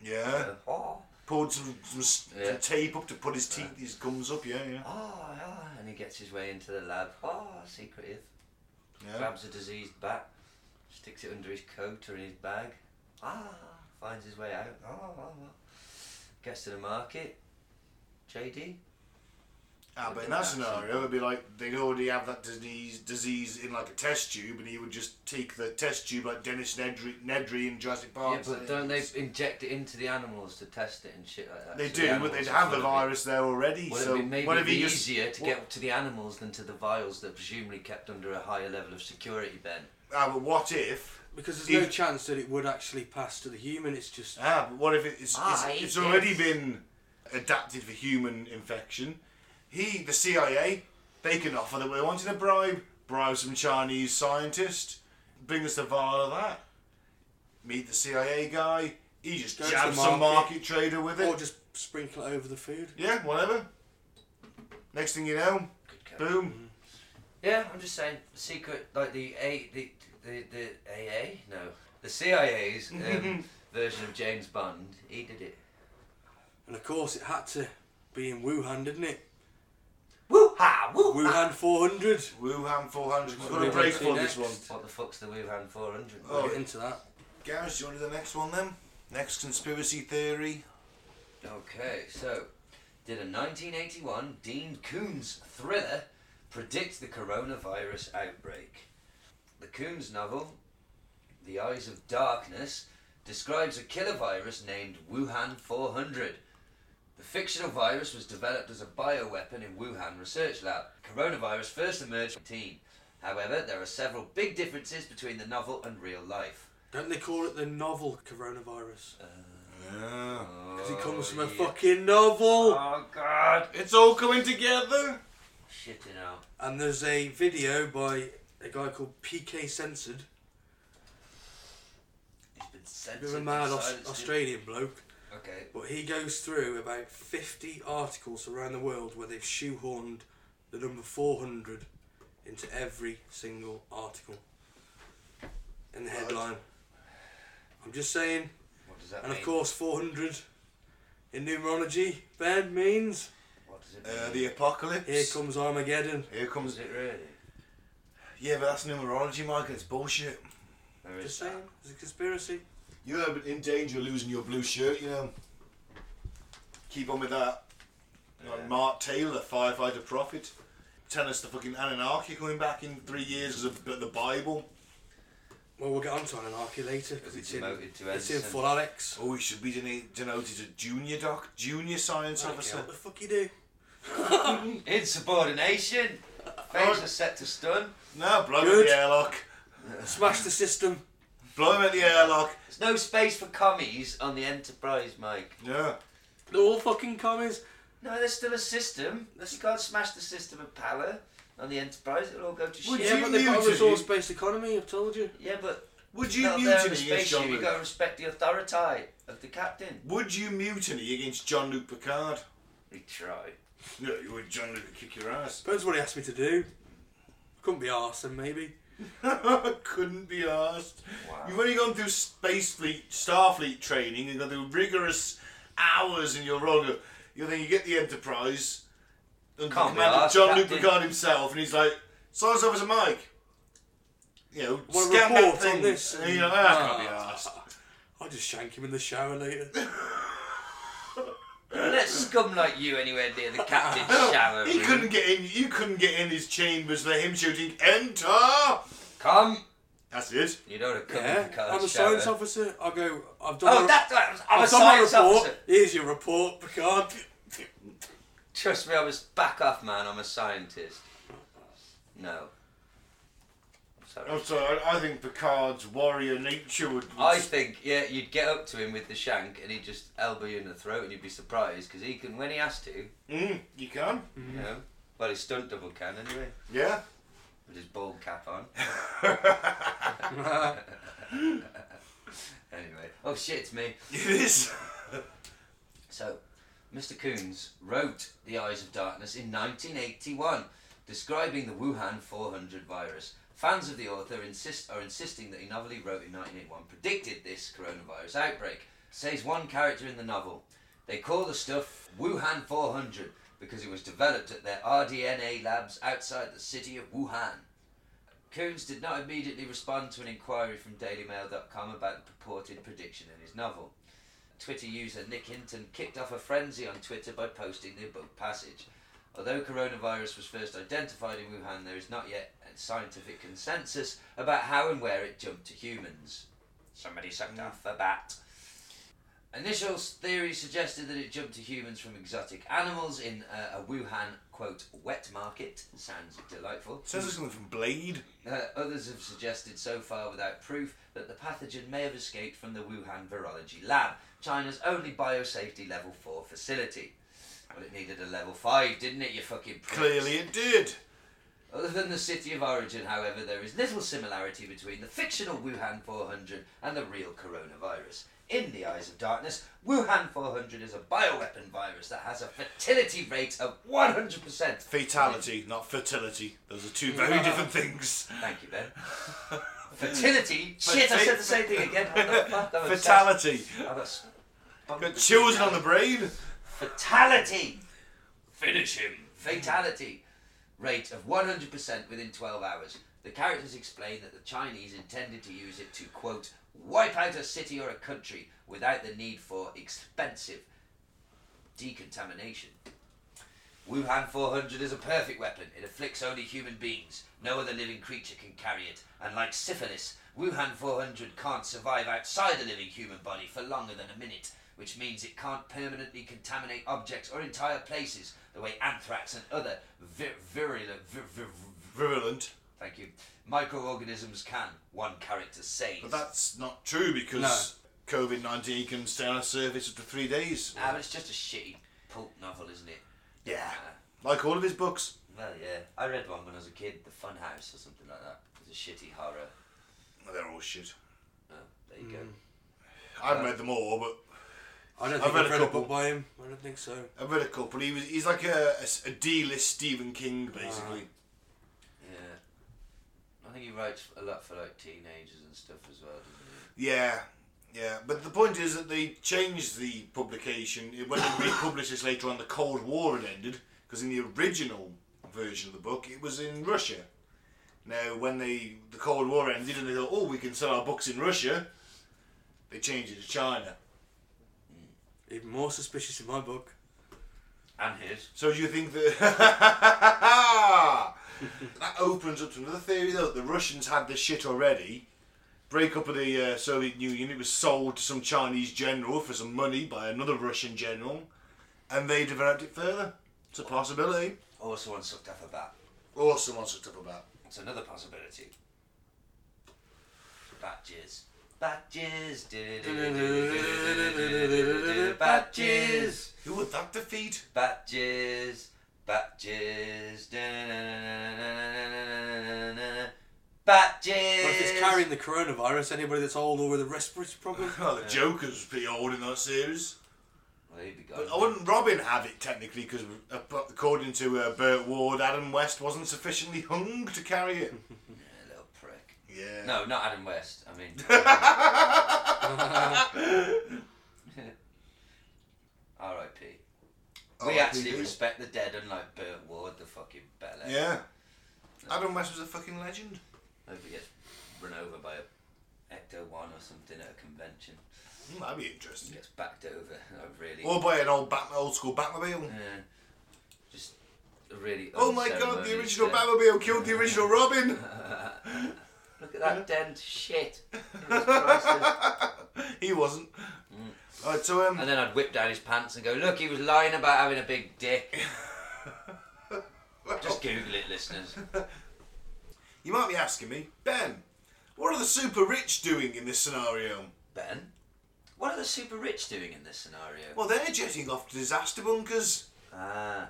Yeah. Oh. Poured some, some s- Yeah. tape up to put his teeth, his gums up, yeah, yeah. Oh, yeah. And he gets his way into the lab. Oh, secretive. Yeah. Grabs a diseased bat, sticks it under his coat or in his bag. Ah, finds his way out. Oh, oh, oh. Gets to the market. JD? Ah, but in that scenario, it'd be like they'd already have that disease disease in like a test tube, and he would just take the test tube like Dennis Nedry, Nedry in Jurassic Park. Yeah, but don't they inject it into the animals to test it and shit like that? They So do, the but animals they'd are have the full of it. virus there already. Would so it be maybe what if be he just- easier to what- get to the animals than to the vials that are presumably kept under a higher level of security, Ben? Ah, but what if? Because there's If- no chance that it would actually pass to the human. It's just. Ah, but what if it- it's Ah, it's, it's yes. already been adapted for human infection? He, the CIA, they can offer that we're wanting a bribe, bribe some Chinese scientist, bring us the vial of that. Meet the CIA guy. He just Go to jabs the some market. market trader with it. Or just sprinkle it over the food. Yeah, whatever. Next thing you know, boom. Yeah, I'm just saying, secret, like the A, the the, the AA, no, the CIA's um, version of James Bond. He did it. And of course, it had to be in Wuhan, didn't it? Wuhan, Wuhan 400. Wuhan 400. We've got What a do break we for do this one. next? What the fuck's the Wuhan 400? Oh, Right. into that. Gareth, do you want to do the next one then? Next conspiracy theory. Okay, so did a 1981 Dean Koontz thriller predict the coronavirus outbreak? The Koontz novel, The Eyes of Darkness, describes a killer virus named Wuhan 400. The fictional virus was developed as a bioweapon in Wuhan Research Lab. Coronavirus first emerged in 19. However, there are several big differences between the novel and real life. Don't they call it the novel coronavirus? Uh, Yeah. Oh, Because it comes from a fucking novel. Oh god. It's all coming together. Shit, you know. And there's a video by a guy called PK Censored. He's been A censored. bit of a mad been Aus- silenced. Australian bloke. Okay. But he goes through about 50 articles around the world where they've shoehorned the number 400 into every single article in the headline. I'm just saying. What does that and mean? of course, 400 in numerology, Ben means What does it mean? Uh, the apocalypse. here comes Armageddon. Here comes Is it really? Yeah, but that's numerology, Mike, and it's bullshit. There Just is that. saying, it's a conspiracy. You're in danger of losing your blue shirt, you know. Keep on with that. Like Mark Taylor, firefighter prophet, telling us the fucking Anunnaki coming back in three years because of the Bible. Well, we'll get onto anarchy later because it's in, demoted to it's in ensign. full Alex. Oh, he should be deno- denoted a junior doc, junior science officer. What the fuck you do? Insubordination. Face are set to stun. No, blow him at Good. the airlock. Smash the system. Blow him at the airlock. There's no space for commies on the Enterprise, Mike. Yeah. They're all fucking commies. No, there's still a system. You can't smash the system of power on the Enterprise. It'll all go to Would shit. you Yeah, but they've got a mutiny- resource-based economy. I've told you. Yeah, but Would you not there in mutiny a against spaceship. John You got to Luke? respect the authority of the captain. Would you mutiny against John Luke Picard? We try. No, you would. John Luke would kick your ass. Depends what he asked me to do. Couldn't be arsed, then maybe. Couldn't be asked. You've only gone through Space Fleet, Starfleet training, and gone through rigorous hours in your role. You then you get the Enterprise, and Can't be Commander arsed, John Luke Captain. Picard himself, and he's like, "Silence over to Mike." You know, Well, scan report that thing. on this. And you're like, "Ah, I can't be arsed." I'll just shank him in the shower later. Let scum like you anywhere near the captain's Oh, shower. He room. couldn't get in. You couldn't get in his chambers for him shooting. Enter. Come. That's it. You know the come Yeah, in the car I'm a shower. science officer. I go. I've done. Oh, my re- that's right, I'm a I've done my science report. officer. Here's your report, Picard. Trust me, I was back off, man. I'm a scientist. No. Sorry. Oh, I'm sorry. Oh, I, I think Picard's warrior nature would. I think, yeah, you'd get up to him with the shank and he'd just elbow you in the throat and you'd be surprised because he can, when he has to, Mm, you can. you know, well, his stunt double can anyway, Yeah. with his bald cap on. anyway, oh shit, it's me. It is. So, Mr. Coons wrote The Eyes of Darkness in 1981, describing the Wuhan 400 virus. Fans of the author insist are insisting that he novel he wrote in 1981 predicted this coronavirus outbreak. Says one character in the novel, they call the stuff Wuhan 400 because it was developed at their RDNA labs outside the city of Wuhan. Coons did not immediately respond to an inquiry from DailyMail.com about the purported prediction in his novel. Twitter user Nick Hinton kicked off a frenzy on Twitter by posting the above passage. Although coronavirus was first identified in Wuhan, there is not yet a scientific consensus about how and where it jumped to humans. Somebody sucked off a bat. Initial s- theory suggested that it jumped to humans from exotic animals in uh, a Wuhan, quote, wet market. Sounds delightful. Sounds like something from Blade. Uh, others have suggested so far without proof that the pathogen may have escaped from the Wuhan Virology Lab, China's only biosafety level 4 facility. Well, it needed a level 5, didn't it, you fucking pricks? Clearly, it did. Other than the city of origin, however, there is little similarity between the fictional Wuhan 400 and the real coronavirus. In the eyes of darkness, Wuhan 400 is a bioweapon virus that has a fertility rate of 100%. Fatality, not fertility. Those are two very different things. Thank you, Ben. Fertility? Shit, I said the same thing again. What the fuck? I'm obsessed. Fatality. I'm obs- Got chills on the brain. Fatality! Finish him. Fatality rate of 100% within 12 hours. The characters explain that the Chinese intended to use it to, quote, wipe out a city or a country without the need for expensive decontamination. Wuhan 400 is a perfect weapon. It afflicts only human beings. No other living creature can carry it. And like syphilis, Wuhan 400 can't survive outside the living human body for longer than a minute, which means it can't permanently contaminate objects or entire places the way anthrax and other vir- virulent, vir- vir- vir- Virulent. thank you, microorganisms can, one character says. But that's not true because COVID 19 can stay on a surface up to three days. Ah, but it's just a shitty pulp novel, isn't it? Yeah. Ah. Like all of his books. Well, yeah. I read one when I was a kid, The Fun House or something like that. It was a shitty horror. Well, They're all shit. Oh, there you go. I haven't read them all, but I don't I've think I've read read, a a couple. book by him. I don't think so. I've read a couple. He was, he's like a, a s- a D-list Stephen King, basically. Yeah. I think he writes a lot for like teenagers and stuff as well, doesn't Yeah, yeah. But the point is that they changed the publication. It went and republished this later on. The Cold War had ended because in the original version of the book, it was in Russia. Now, when they the Cold War ended and they thought, oh, we can sell our books in Russia, they changed it to China. Even more suspicious in my book. he? And his. So do you think that that opens up to another theory though? that The Russians had this shit already. Break up of the uh, Soviet Union. It was sold to some Chinese general for some money by another Russian general, and they developed it further. It's a possibility. Or someone sucked off a bat. Or someone's hooked up about. It's another possibility. Bat jizz. Bat jizz. Du-du-du-du-du-du-du-du-du-du-du. Bat jizz. Who would that defeat? Bat jizz. Bat jizz. Du-du-du-du-du-du-du-du-du-du-du-du. Bat jizz. But if it's carrying the coronavirus, anybody that's old or with a respiratory problem, Well, the Joker's pretty old in that series. Well, he'd be gone. But I wouldn't Robin have it technically because, uh, according to uh, Burt Ward, Adam West wasn't sufficiently hung to carry it. Yeah, little prick. Yeah. No, not Adam West. I mean. R.I.P. R.I.P. We actually respect the dead, unlike Burt Ward, the fucking bell end. Yeah. Adam West was a fucking legend. Hope he gets run over by a Ecto One or something at a convention. Mm, that'd be interesting. Gets backed over. I really. Or by an old bat, old school Batmobile. Yeah. Just a really. Oh my god, the unceremonious original death. Batmobile killed the original Robin. Look at that dent. Shit. he wasn't. Alright, so um. Mm. And then I'd whip down his pants and go, look, he was lying about having a big dick. Just Google it, listeners. You might be asking me, Ben, what are the super rich doing in this scenario? Ben? What are the super rich doing in this scenario? Well, they're jetting off to disaster bunkers. Ah,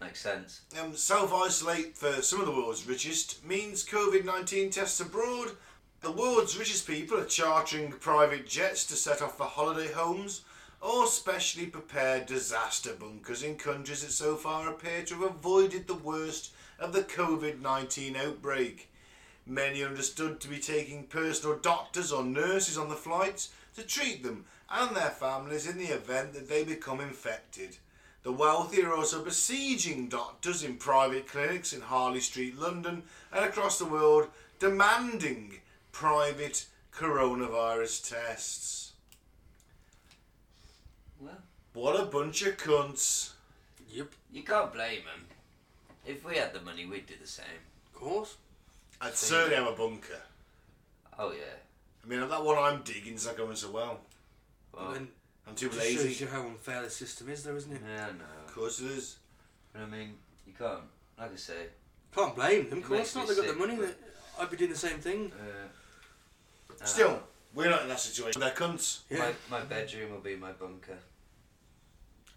makes sense. Um, Self isolate for some of the world's richest means COVID 19 tests abroad. The world's richest people are chartering private jets to set off for holiday homes or specially prepared disaster bunkers in countries that so far appear to have avoided the worst of the COVID 19 outbreak. Many are understood to be taking personal doctors or nurses on the flights to treat them and their families in the event that they become infected. The wealthy are also besieging doctors in private clinics in Harley Street, London, and across the world, demanding private coronavirus tests. Well, What a bunch of cunts. Yep. you can't blame them. If we had the money, we'd do the same. Of course. I'd certainly have a bunker. Oh, yeah. I mean, that one I'm digging's not going so well. Well, And I'm too it just shows lazy. you how unfair the system is, though, isn't it? yeah, no. Of course it is. But I mean, you can't. Like I say, Can't blame them. Of It course makes me not. They got the sick, money. but- they- I'd be doing the same thing. uh, Ah. uh, Still, we're not in that situation. They're cunts. Yeah. my, my bedroom will be my bunker.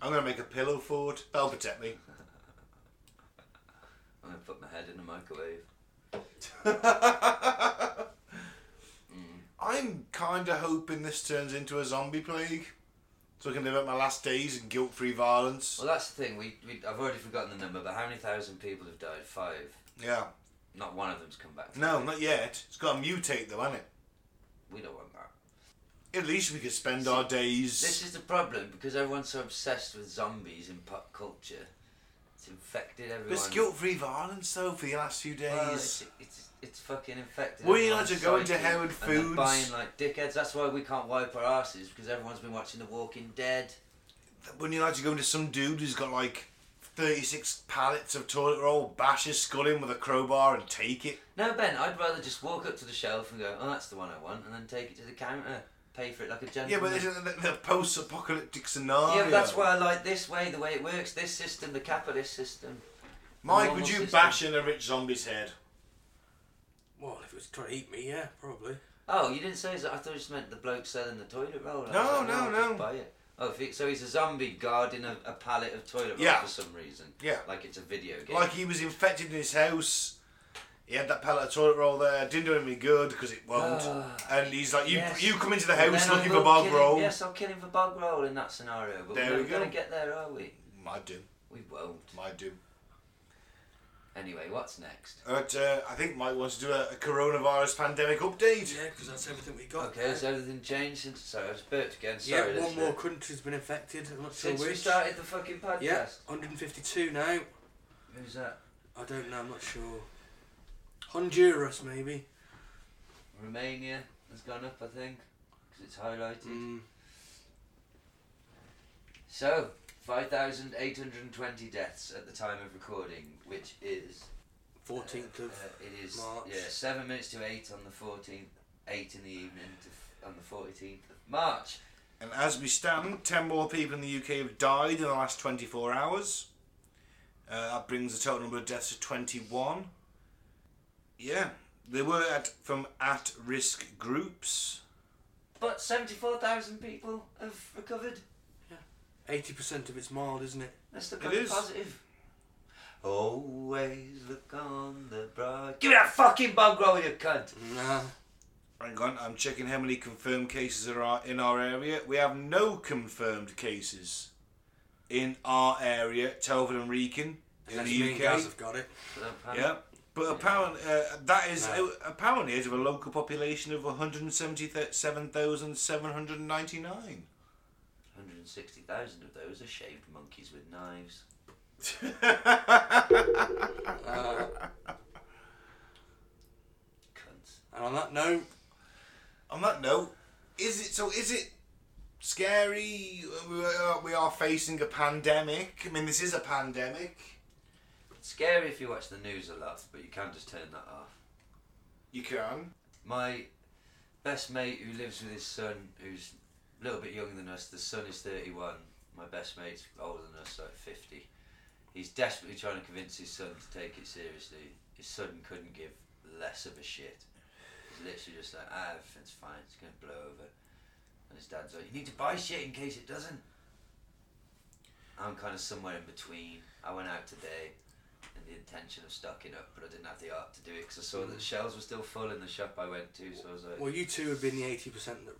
I'm going to make a pillow fort. That'll protect me. I'm gonna put my head in the microwave. I'm kind of hoping this turns into a zombie plague. So I can live out my last days in guilt free violence. Well, that's the thing. We, we I've already forgotten the number, but how many thousand people have died? Five. Yeah. Not one of them's come back. No, not yet. It's got to mutate though, hasn't We don't want that. it? At least we could spend our days. This is the problem because everyone's so obsessed with zombies in pop culture. It's infected everyone. But it's guilt free violence though for the last few days. Well, it's, it's, it's fucking infected. We everyone's like to go into psyche, Howard and they're Foods. Buying like dickheads. That's why we can't wipe our asses because everyone's been watching The Walking Dead. Wouldn't you like to go into some dude who's got like 36 pallets of toilet roll, bash his skull in with a crowbar and take it? No, Ben, I'd rather just walk up to the shelf and go, "Oh, that's the one I want," and then take it to the counter, pay for it like a gentleman. Yeah, but this is the, the post apocalyptic scenario. Yeah, but that's why I like this way, the way it works, this system, the capitalist system. Mike, Normal would you system. bash in a rich zombie's head? Well, if it was trying to eat me, yeah, probably. Oh, you didn't say that. I thought you just meant the bloke selling the toilet roll. I No, was like, no, just no. Buy it. Oh, if he, so he's a zombie guarding a, a pallet of toilet roll Yeah. for some reason. Yeah. Like it's a video game. Like he was infected in his house. He had that pellet of toilet roll there. Didn't do him any good because it won't. Ah, and he's like, you, yes. you come into the But house then I looking will for bog kill him- roll. Yes, I'll kill him for bog roll in that scenario. But There we're we never go. going to get there, are we? Might do. We won't. Might do. Anyway, what's next? But uh, I think Mike wants to do a, a coronavirus pandemic update. Yeah, because that's everything we got. Okay, has everything changed since. Sorry, I was burped again. yeah, Sorry, one listener. more country's been infected. I'm not sure Since which. we started the fucking podcast. yeah, 152 now. Who's that? I don't know. I'm not sure. Honduras, maybe. Romania has gone up, I think, because it's highlighted. Mm. So, 5,820 deaths at the time of recording, which is. 14th uh, of. It is. March. Yeah, 7 minutes to 8 on the 14th, 8 in the evening to f- on the 14th of March. And as we stand, 10 more people in the UK have died in the last 24 hours. Uh, that brings the total number of deaths to 21. Yeah, they were at from at risk groups. But 74,000 people have recovered. 80% of it's mild, isn't it? Let's look It on the is. positive. Always look on the bright. Mm-hmm. Give me that fucking bug roll, you cunt! Nah. Hang on, I'm checking how many confirmed cases are our- in our area. We have no confirmed cases in our area, Telford and Reekin in Unless the me and Gaz UK. have got it. So don't panic. Yeah, But apparently, uh, that is apparently is of a local population of one hundred seventy-seven thousand seven hundred ninety-nine. 160,000 of those are shaved monkeys with knives. Uh, And on that note, on that note, is it so? Is it scary? uh, We are, we are facing a pandemic. I mean, this is a pandemic. It's scary if you watch the news a lot, but you can't just turn that off. You can. My best mate who lives with his son, who's a little bit younger than us, the son is 31. My best mate's older than us, like 50. He's desperately trying to convince his son to take it seriously. His son couldn't give less of a shit. He's literally just like, ah, everything's fine, it's going to blow over. And his dad's like, you need to buy shit in case it doesn't. I'm kind of somewhere in between. I went out today in the intention of stocking up, but I didn't have the art to do it because I saw that the shelves were still full in the shop I went to, so I was like, well, you two have been the eighty percent that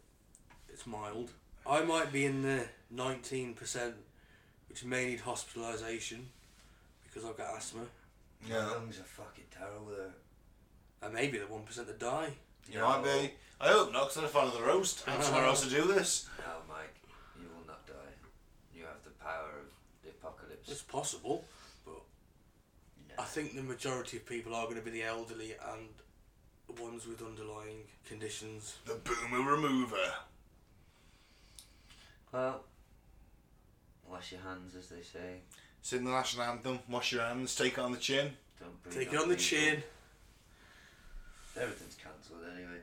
it's mild. I might be in the nineteen percent, which may need hospitalisation because I've got asthma. my lungs are fucking terrible though. I may be the one percent that die. You might be. I hope not, because I'm fan of the roast. I have somewhere else to do this. No, Mike, you will not die. You have the power of the apocalypse. It's possible, but I think the majority of people are going to be the elderly and the ones with underlying conditions. The boomer remover. Well, wash your hands, as they say. Sing the national anthem. Wash your hands. Take it on the chin. Don't breathe Take it on the people. chin. Everything's cancelled anyway.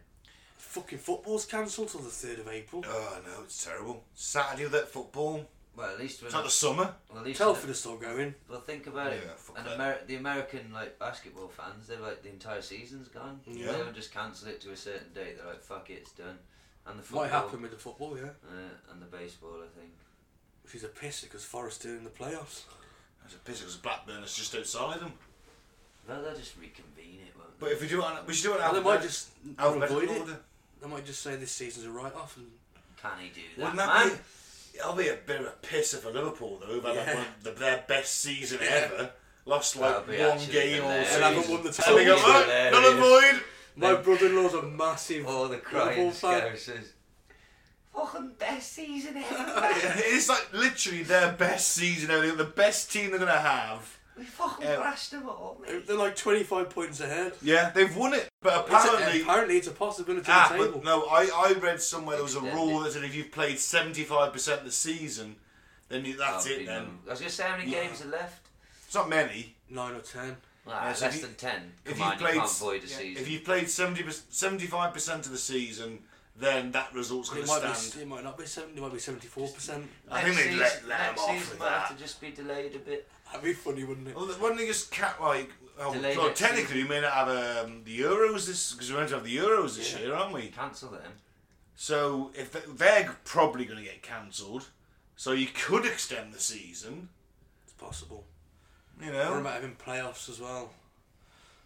Fucking football's cancelled till the third of April. Oh no, it's terrible. Saturday with that football. Well, at least we're It's not the summer. Well, at least Telford we're- are still going. Well, think about it. Yeah, fuck And that. Ameri- the American like basketball fans, they're like the entire season's gone. Yeah. They don't just cancel it to a certain date. They're like, fuck it, it's done. And the football. Might happen with the football, yeah. Uh, and the baseball, I think. Which is a piss because Forest are in the playoffs. That's a piss because Blackburn is just outside them. Well, they'll just reconvene it, won't they? But if we do it, on- we should do it. Well, out they of might just out of avoid it. order. They might just say this season's a write-off and Can he do that, Wouldn't man? that be? That'll be a bit of a pisser for Liverpool though. They've had like, Yeah. one of the, their best season Yeah. ever. Lost like That'll be one actually game all hilarious. season. And haven't won the And they go, title. "Oh, null and Hilarious. void. My Then- brother-in-law's a massive All the Liverpool crying fan. scousers. Fucking best season ever. It's like literally their best season ever. They're The best team they're gonna have. We fucking Yeah. crashed them all, mate. They're like 25 points ahead. Yeah, they've won it. But It's a- apparently, apparently it's a possibility Ah, on the table. but no, I, I read somewhere there was a Extend rule it. that said if you've played 75% of the season, then you, that's That'd it be then. numb. I was gonna say how many Yeah. games are left. It's not many. Nine or ten. Ah, Yeah, so less if you- than ten. Come if on, you've played, you can't void a yeah, season. If you've played 70, 75% of the season, then that result's going It to might, stand. be, it might not be 70, it might be 74%. I think they'd let Lamb next off season with might that. have to just be delayed a bit. That'd be funny, wouldn't it? Well, why don't they just cat like? Oh, Delay well, next technically, we may not have um, the Euros this because we're meant to have the Euros this Yeah. year, aren't we? Cancel them. So if they- they're probably going to get cancelled, so you could extend the season. It's possible. You Or it know, might have been playoffs as well.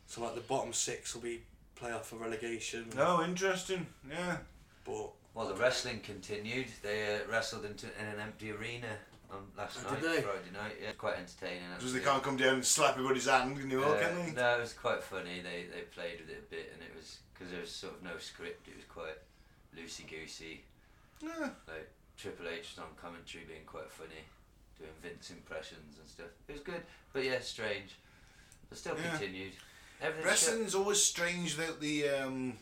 So, like, the bottom six will be playoff for relegation. no, interesting. Yeah. But Well, the wrestling continued. They uh, wrestled into in an empty arena um, last Oh, night, did they? Friday night. Yeah, quite entertaining. Because they actually. can't come down and slap everybody's hand, can they? all, Uh, can they? No, it was quite funny. They they played with it a bit, and it was because there was sort of no script. It was quite loosey goosey. Yeah. Like Triple H was on commentary, being quite funny, doing Vince impressions and stuff. It was good, but yeah, strange. But still Yeah. continued. Everything Wrestling's always strange without the um,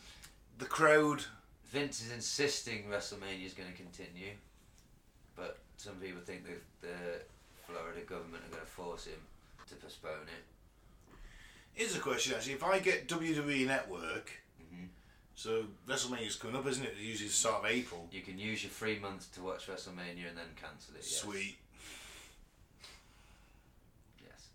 the crowd. Vince is insisting WrestleMania is going to continue, but some people think that the Florida government are going to force him to postpone it. Here's a question actually: If I get WWE Network, Mm-hmm. so WrestleMania's coming up, isn't it? Usually the start of April. You can use your three months to watch WrestleMania and then cancel it. Yes. Sweet. Yes.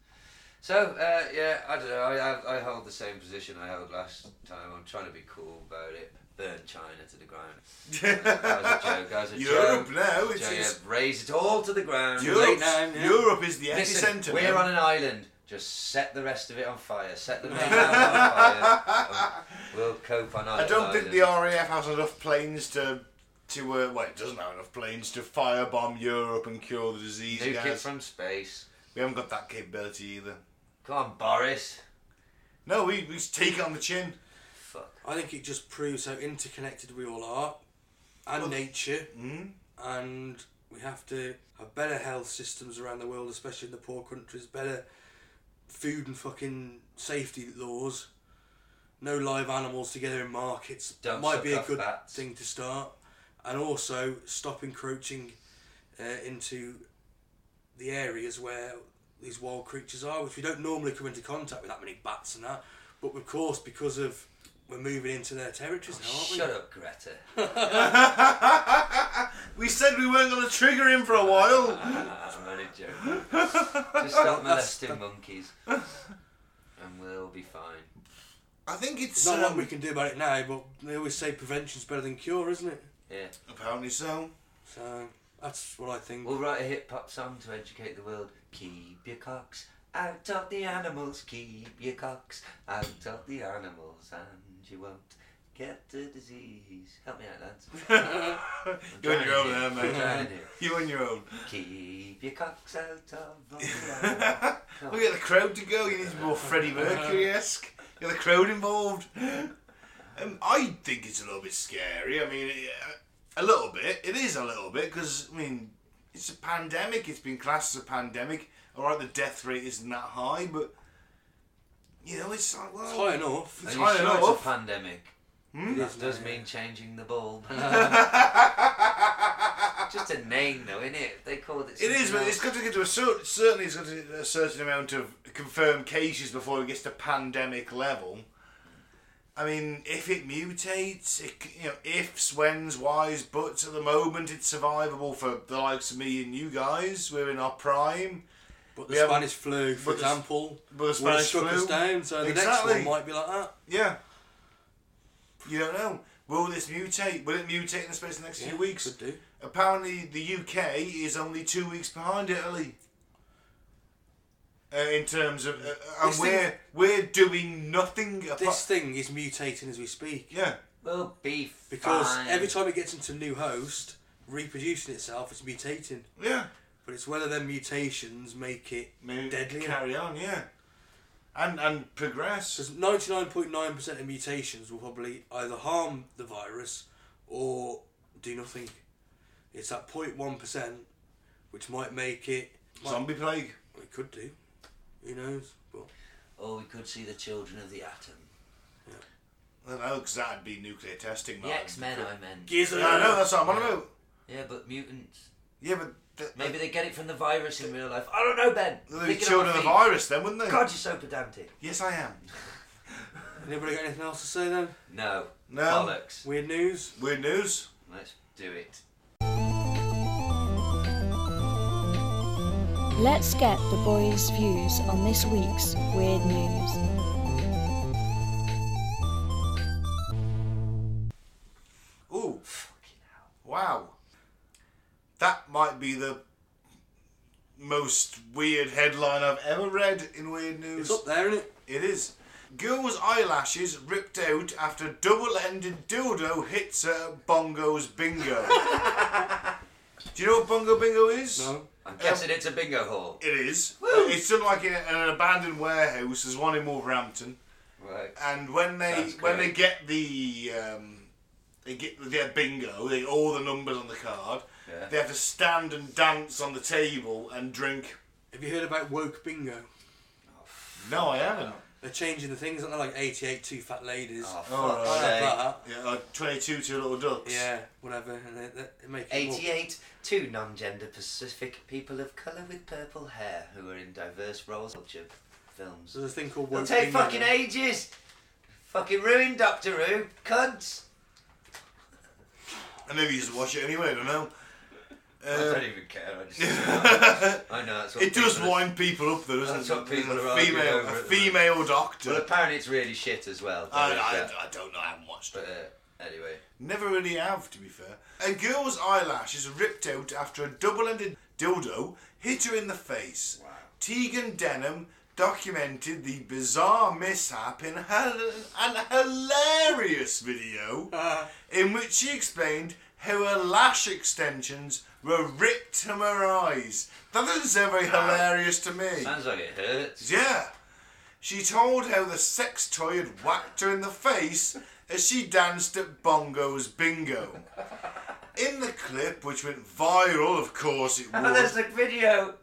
So uh, yeah, I don't know. I, I I hold the same position I held last time. I'm trying to be cool about it. Burn China to the ground. that was a joke. That was a Europe joke. now, Joke, it's- yeah, it's- raise it all to the ground. Europe, nine, yeah. Europe is the Listen, epicenter. we're man. on an island. Just set the rest of it on fire. Set the main island on fire. and We'll cope on our I Uh, don't think the island. RAF has enough planes to to uh, well, it doesn't have enough planes to firebomb Europe and cure the disease. Nuke it guys. from space. We haven't got that capability either. Come on, Boris. No, we, we just take it on the chin. Fuck. I think it just proves how interconnected we all are, and nature, mm. and we have to have better health systems around the world, especially in the poor countries. Better food and fucking safety laws. No live animals together in markets Don't might be suck a off good bats. thing to start, and also stop encroaching uh, into the areas where these wild creatures are, which we don't normally come into contact with that many bats and that. But of course, because of we're moving into their territories now, aren't we? Shut up, Greta. We said we weren't going to trigger him for a while. I'm only joking. Just stop molesting monkeys, and we'll be fine. I think it's There's not a lot um, we can do about it now, but they always say prevention's better than cure, isn't it? Yeah. Apparently so. So that's what I think. We'll write a hip hop song to educate the world. Keep your cocks out of the animals. Keep your cocks out of the animals, and you won't get the disease. Help me out, lads. I'm You're on trying your own here. there, I'm trying mate. here. You're on your own. Keep your cocks out of the animals. Look at the crowd to go. You need more Freddie Mercury esque. You're the crowd involved. Um, I think it's a little bit scary. I mean, it- a little bit. It is a little bit because I mean, it's a pandemic. It's been classed as a pandemic. All right, the death rate isn't that high, but you know, it's like well, It's high enough. It's Are you high sure enough. it's a pandemic? Hmm? That It is, does yeah. mean changing the bulb. Just a name, though, innit? They called it. It is, something but it's else. got to get to a certain. Certainly, it's got to get a certain amount of confirmed cases before it gets to pandemic level. I mean, if it mutates, it, c- you know, ifs, whens, whys, buts. At the moment, it's survivable for the likes of me and you guys. We're in our prime. But the we haven't- Spanish flu, for but the- example, but the will Spanish shut us flu- down. So the Exactly. next one might be like that. Yeah. You don't know. Will this mutate? Will it mutate in the space of the next Yeah, few weeks? could do. Apparently, the UK is only two weeks behind Italy. Uh, in terms of, uh, and This thing- we're we're doing nothing. Apart- This thing is mutating as we speak yeah, We'll be because fine. every time it gets into a new host, reproducing itself, it's mutating. yeah. But it's whether their mutations make it Maybe deadly. carry on, yeah, and and progress. Because ninety nine point nine percent of mutations will probably either harm the virus or do nothing. It's that 0.1 percent which might make it. might- Zombie plague. It could do. Who knows? But Or Oh, we could see the children of the atom. I don't know, 'cause that'd be nuclear testing. The man. X Men, I meant. Yeah, I know that's what I'm on about. Yeah, but mutants. Yeah, but th- Maybe they get it from the virus in real life. I don't know, Ben. they'd be Thinking on children my of the feet. virus, then wouldn't they? God, you're so pedantic. Yes, I am. Anybody got anything else to say then? No. No. Bollocks. Weird news. Weird news. Let's do it. Let's get the boys' views on this week's weird news. Ooh, wow. That might be the most weird headline I've ever read in weird news. It's up there, isn't it? It is. Girl's eyelashes ripped out after double-ended dildo hits her at Bongo's bingo. Do you know what Bongo Bingo is? No. I'm guessing it's a bingo hall. It is. It's done like in an abandoned warehouse. There's one in Wolverhampton. Right. And when they Sounds when they great. get the um, they get their bingo, they all the numbers on the card. Yeah. They have to stand and dance on the table and drink. Have you heard about woke bingo? No, I haven't. They're changing the things, aren't they? Like 88 two fat ladies. Oh, fuck's All I right. like sake. that. Yeah, like twenty-two to little ducks. Yeah, whatever. And they, they they make it more- 88, two non gender Pacific people of colour with purple hair who are in diverse roles of culture films. There's a thing called It'll woke take bingo. fucking ages! Fucking ruin Doctor Who, cunts! I never used to watch it anyway. I don't know. I Um, don't even care, I just. I know that's what it does people are- wind people up though, doesn't That's it? what people There's are a arguing female, a over at the female doctor. Well, apparently it's really shit as well. I, there is that. I, I don't know. I haven't watched it. But uh, anyway, Never really have, to be fair. A girl's eyelash is ripped out after a double ended dildo hit her in the face. Tegan Denham documented the bizarre mishap in her, an hilarious video in which she explained how her lash extensions were ripped from her eyes. That doesn't sound very hilarious to me. sounds like it hurts. Yeah. She told how the sex toy had whacked her in the face as she danced at Bongo's bingo. In the clip, which went viral, of course it Oh, would. there's the video.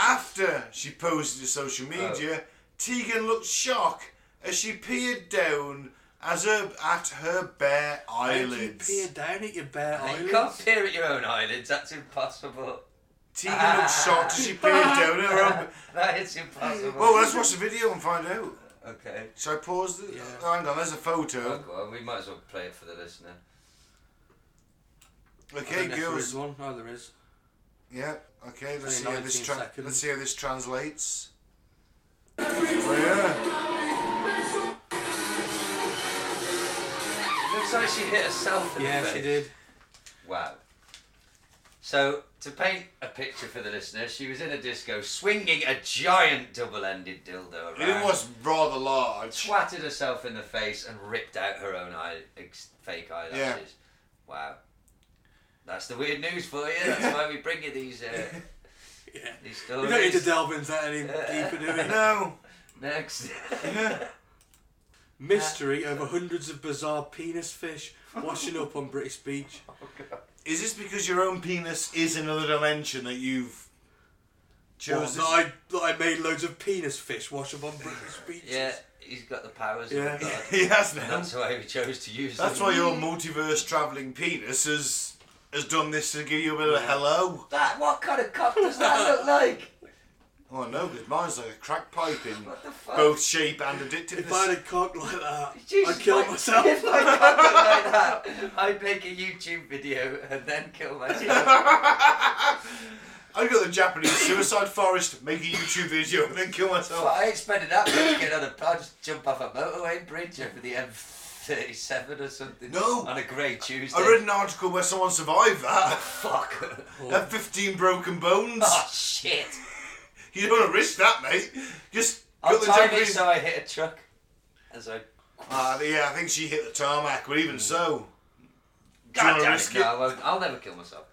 After she posted to Oh. social media, Tegan looked shocked as she peered down as her, at her bare eyelids. peer down at your bare You can't peer at your own eyelids. That's impossible. Tegan looked shocked as she peered down at her own. that is impossible. Well, let's watch the video and find out. Okay. Shall I pause? The, oh, hang on, there's a Oh, photo. go on, We might as well play it for the listener. Okay, girls. There's one. Oh, there is. Yeah. Okay. Let's see how Only this 19 tra- seconds. let's see how this translates. Oh, Looks like she hit herself in Yeah, the face. she did. Wow. So, to paint a picture for the listener, she was in a disco swinging a giant double ended dildo yeah. around. It was rather large. Twatted herself in the face and ripped out her own eye, ex- fake eyelashes. Yeah. Wow. That's the weird news for you. That's why we bring you these, uh, Yeah. these We stories. don't need to delve into that any deeper, do we? No. Next. Mystery over hundreds of bizarre penis fish washing up on British beach. Is this because your own penis is another dimension that you've What, chosen? that, I, that I made loads of penis fish wash up on British beaches. yeah, he's got the powers Yeah. of God. he has And now. that's why we chose to use That's them. why your multiverse travelling penis has has done this to give you a bit of a hello. That, what kind of cock does that look like? Oh no, because mine's like a crack pipe in What the fuck? both shape and addictiveness. If I had a cock like that, Jesus, I'd kill like, myself. If I cock it like that, I'd make a YouTube video and then kill myself. I got the Japanese suicide forest, make a YouTube video, and then kill but myself. I ain't spending that money get on a I'll just jump off a motorway bridge over the M37 or something. No. On a grey Tuesday. I read an article where someone survived that. Fuck. Had 15 broken bones. Ah. oh shit. You don't want to risk that, mate. Just I'll got the time it Japanese- so I hit a truck. As I. Ah, yeah, I think she hit the tarmac, but even so. Do you God wanna damn it, risk no, it? I won't. I'll never kill myself.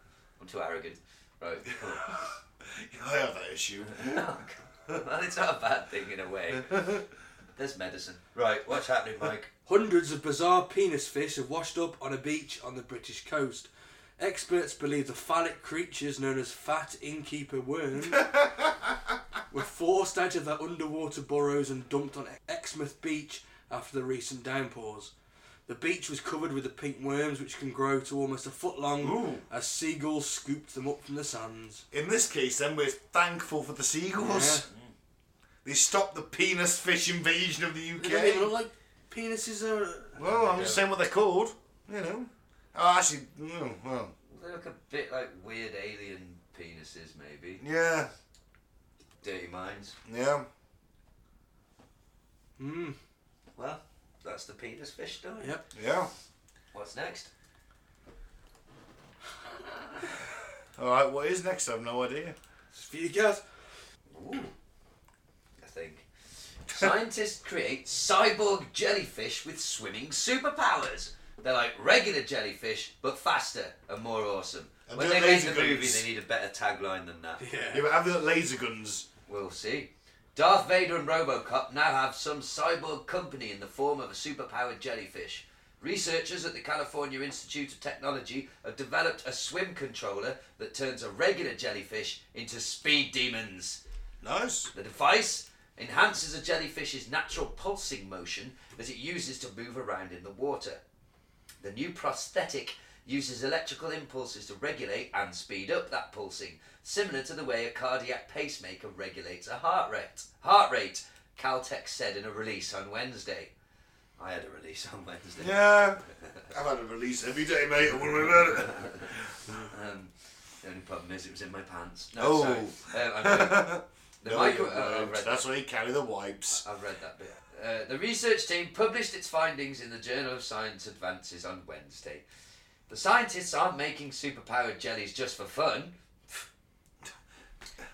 I'm too arrogant. Right, cool. I have that issue. Oh, God. well, it's not a bad thing in a way. There's medicine. Right, what's happening, Mike? Hundreds of bizarre penis fish have washed up on a beach on the British coast. Experts believe the phallic creatures known as fat innkeeper worms were forced out of their underwater burrows and dumped on Exmouth Beach after the recent downpours. The beach was covered with the pink worms, which can grow to almost a foot long Ooh. as seagulls scooped them up from the sands. In this case, then, we're thankful for the seagulls. They stopped the penis fish invasion of the They don't even look UK. like penises. Are... Well, I'm just saying what they're called. You know. Oh, actually, no, well, They look a bit like weird alien penises, maybe. yeah, Dirty minds. yeah. Mm, Well, that's the penis fish story. yep. Yeah. What's next? All right. What is next? I've no idea. It's for you guys. Ooh. I think. Scientists create cyborg jellyfish with swimming superpowers. They're like regular jellyfish, but faster and more awesome. And when they're they make the laser movie, guns. they need a better tagline than that. Yeah, but have they got laser guns? We'll see. Darth Vader and Robocop now have some cyborg company in the form of a superpowered jellyfish. Researchers at the California Institute of Technology have developed a swim controller that turns a regular jellyfish into speed demons. Nice. The device enhances a jellyfish's natural pulsing motion that it uses to move around in the water. The new prosthetic uses electrical impulses to regulate and speed up that pulsing, similar to the way a cardiac pacemaker regulates a heart rate. Heart rate, Caltech said in a release on Wednesday. I had a release on Wednesday. Yeah. I've had a release every day, mate. I wouldn't worry about it. Um, the only problem is it was in my pants. No, Oh. sorry. Um, I'm joking. the No, micro- you oh, I won't. read that. That's why you carry the wipes. I've read that bit. Uh, the research team published its findings in the Journal of Science Advances on Wednesday. The scientists aren't making superpowered jellies just for fun.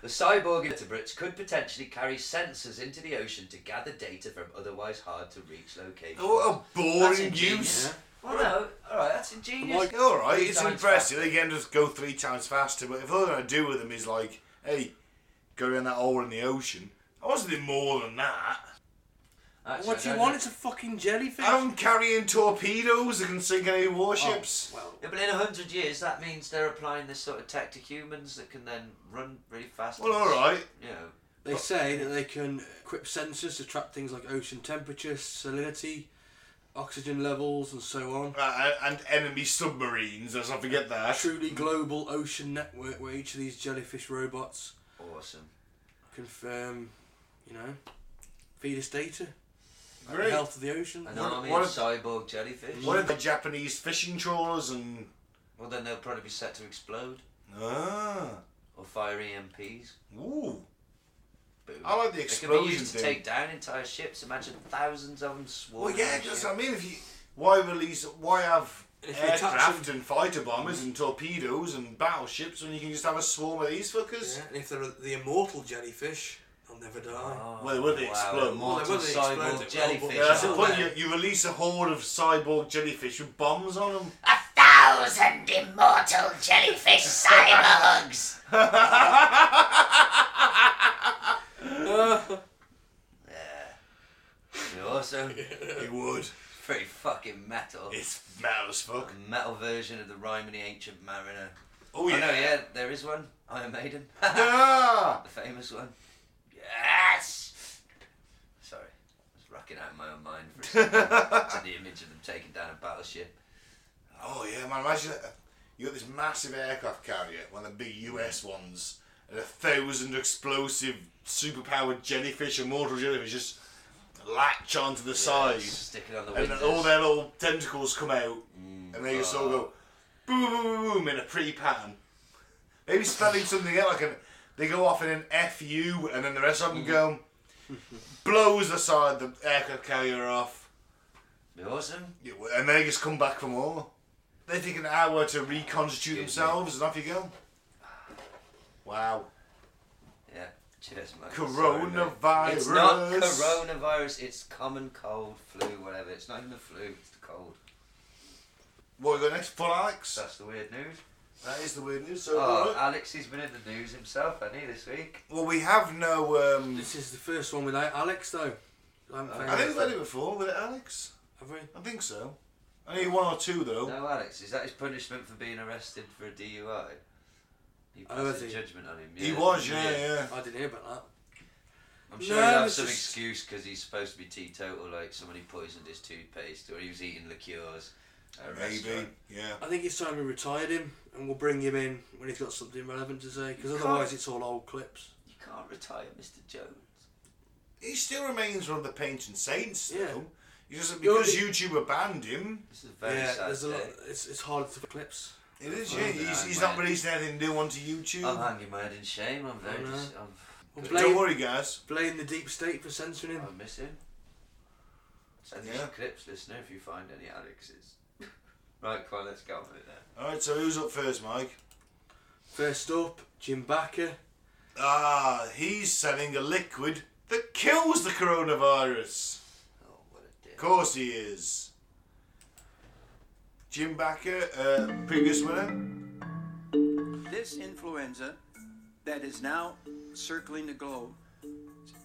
The cyborg invertebrates could potentially carry sensors into the ocean to gather data from otherwise hard to reach locations. Oh, a That's boring ingenious. use. Well, no, alright, that's ingenious. Like, all right, Three it's times impressive. They can just go three times faster. But if all they're gonna do with them is like, hey, go down that hole in the ocean, I wasn't doing more than that. Actually, what do I you don't want? know. It's a fucking jellyfish. Oh, I'm carrying torpedoes that can sink any warships. Yeah, but in a hundred years, that means they're applying this sort of tech to humans that can then run really fast. Well, and, all right. You know, They say that they can equip sensors to track things like ocean temperature, salinity, oxygen levels, and so on. Uh, and enemy submarines, let's not forget that. Truly global ocean network where each of these jellyfish robots awesome. confirm, you know, feed us data. about Great. The health of the ocean. An What- army what of if- cyborg jellyfish. What are the Japanese fishing trawlers and. Well, then they'll probably be set to explode Ah. or fire EMPs. Ooh. Boom. I like the They could be explosion used to thing. take down entire ships. Imagine thousands of them Well, swarming. yeah, a that's ship. what I mean. If you, why release? Why have If you touch aircraft and fighter bombers and torpedoes and battleships when you can just have a swarm of these fuckers? Yeah, and if they're the immortal jellyfish, they'll never die. Well, would they wow, explode? immortal Well, they would, they cyborg explode, they will, but- jellyfish. Yeah, that's the aren't point. they? You, you release a horde of cyborg jellyfish with bombs on them. A thousand immortal jellyfish cyberhugs. You're awesome. You would. Pretty fucking metal. It's metal as fuck. A metal version of the rhyme of the ancient mariner. Oh yeah. no, yeah, there is one. Iron Maiden. Ah! The famous one. Yes! Sorry. I was rocking out in my own mind for a second. to the image of them taking down a battleship. Oh yeah, man. Imagine that. you got this massive aircraft carrier, one of the big US ones, and a thousand explosive, superpowered jellyfish, immortal jellyfish, just latch onto the Yeah, side. Stick it on the and windows. then all their little tentacles come out, and they just all go boom, boom, boom, boom in a pretty pattern. Maybe spelling something out like an, they go off in an FU, and then the rest of them go blows the side the aircraft carrier off, Be awesome. You- and they just come back for more. They take an hour to reconstitute Excuse me. themselves, and off you go. Wow. Yeah. Cheers, mate. Sorry, Coronavirus. mate. It's not coronavirus, it's common cold, flu, whatever. It's not even the flu, it's the cold. What we got next? Full Alex. That's the weird news. That is the weird news. So, Oh, Alex, he's been in the news himself, hasn't he, this week? well, we have no. Um, This is the first one without Alex, though. I haven't found I think it. we've had it before with it, Alex. Have we? I think so. Only one or two though. No, Alex, is that his punishment for being arrested for a DUI? He Oh, passed is a he? judgment on him. Yeah. He was, yeah, yeah. I didn't hear about that. I'm sure No, he'll have it's some just- excuse because he's supposed to be teetotal, like somebody poisoned his toothpaste or he was eating liqueurs. At a Maybe, restaurant. yeah. I think it's time we retired him and we'll bring him in when he's got something relevant to say because can't- otherwise it's all old clips. You can't retire Mr. Jones. He still remains one of the patron saints though. Yeah. He doesn't You're- because YouTuber banned him. This is a very yeah, sad there's a day. lot. It's, it's hard to clips. It is, Oh, yeah. no, He's, he's man. not releasing anything new onto YouTube. I'm hanging my head in shame. I'm very. Oh, no. dis- I'm, Well, good. blame- Don't worry, guys. Blame the deep state for censoring him. I miss him. Send me Yeah. some clips, listener, if you find any Alex's. right, come on, let's go on with it then. All right. So who's up first, Mike? First up, Jim Backer. Ah, he's selling a liquid that kills the coronavirus. Oh, what a dick. Of course he is. Jim Backer, uh, previous winner. This influenza that is now circling the globe,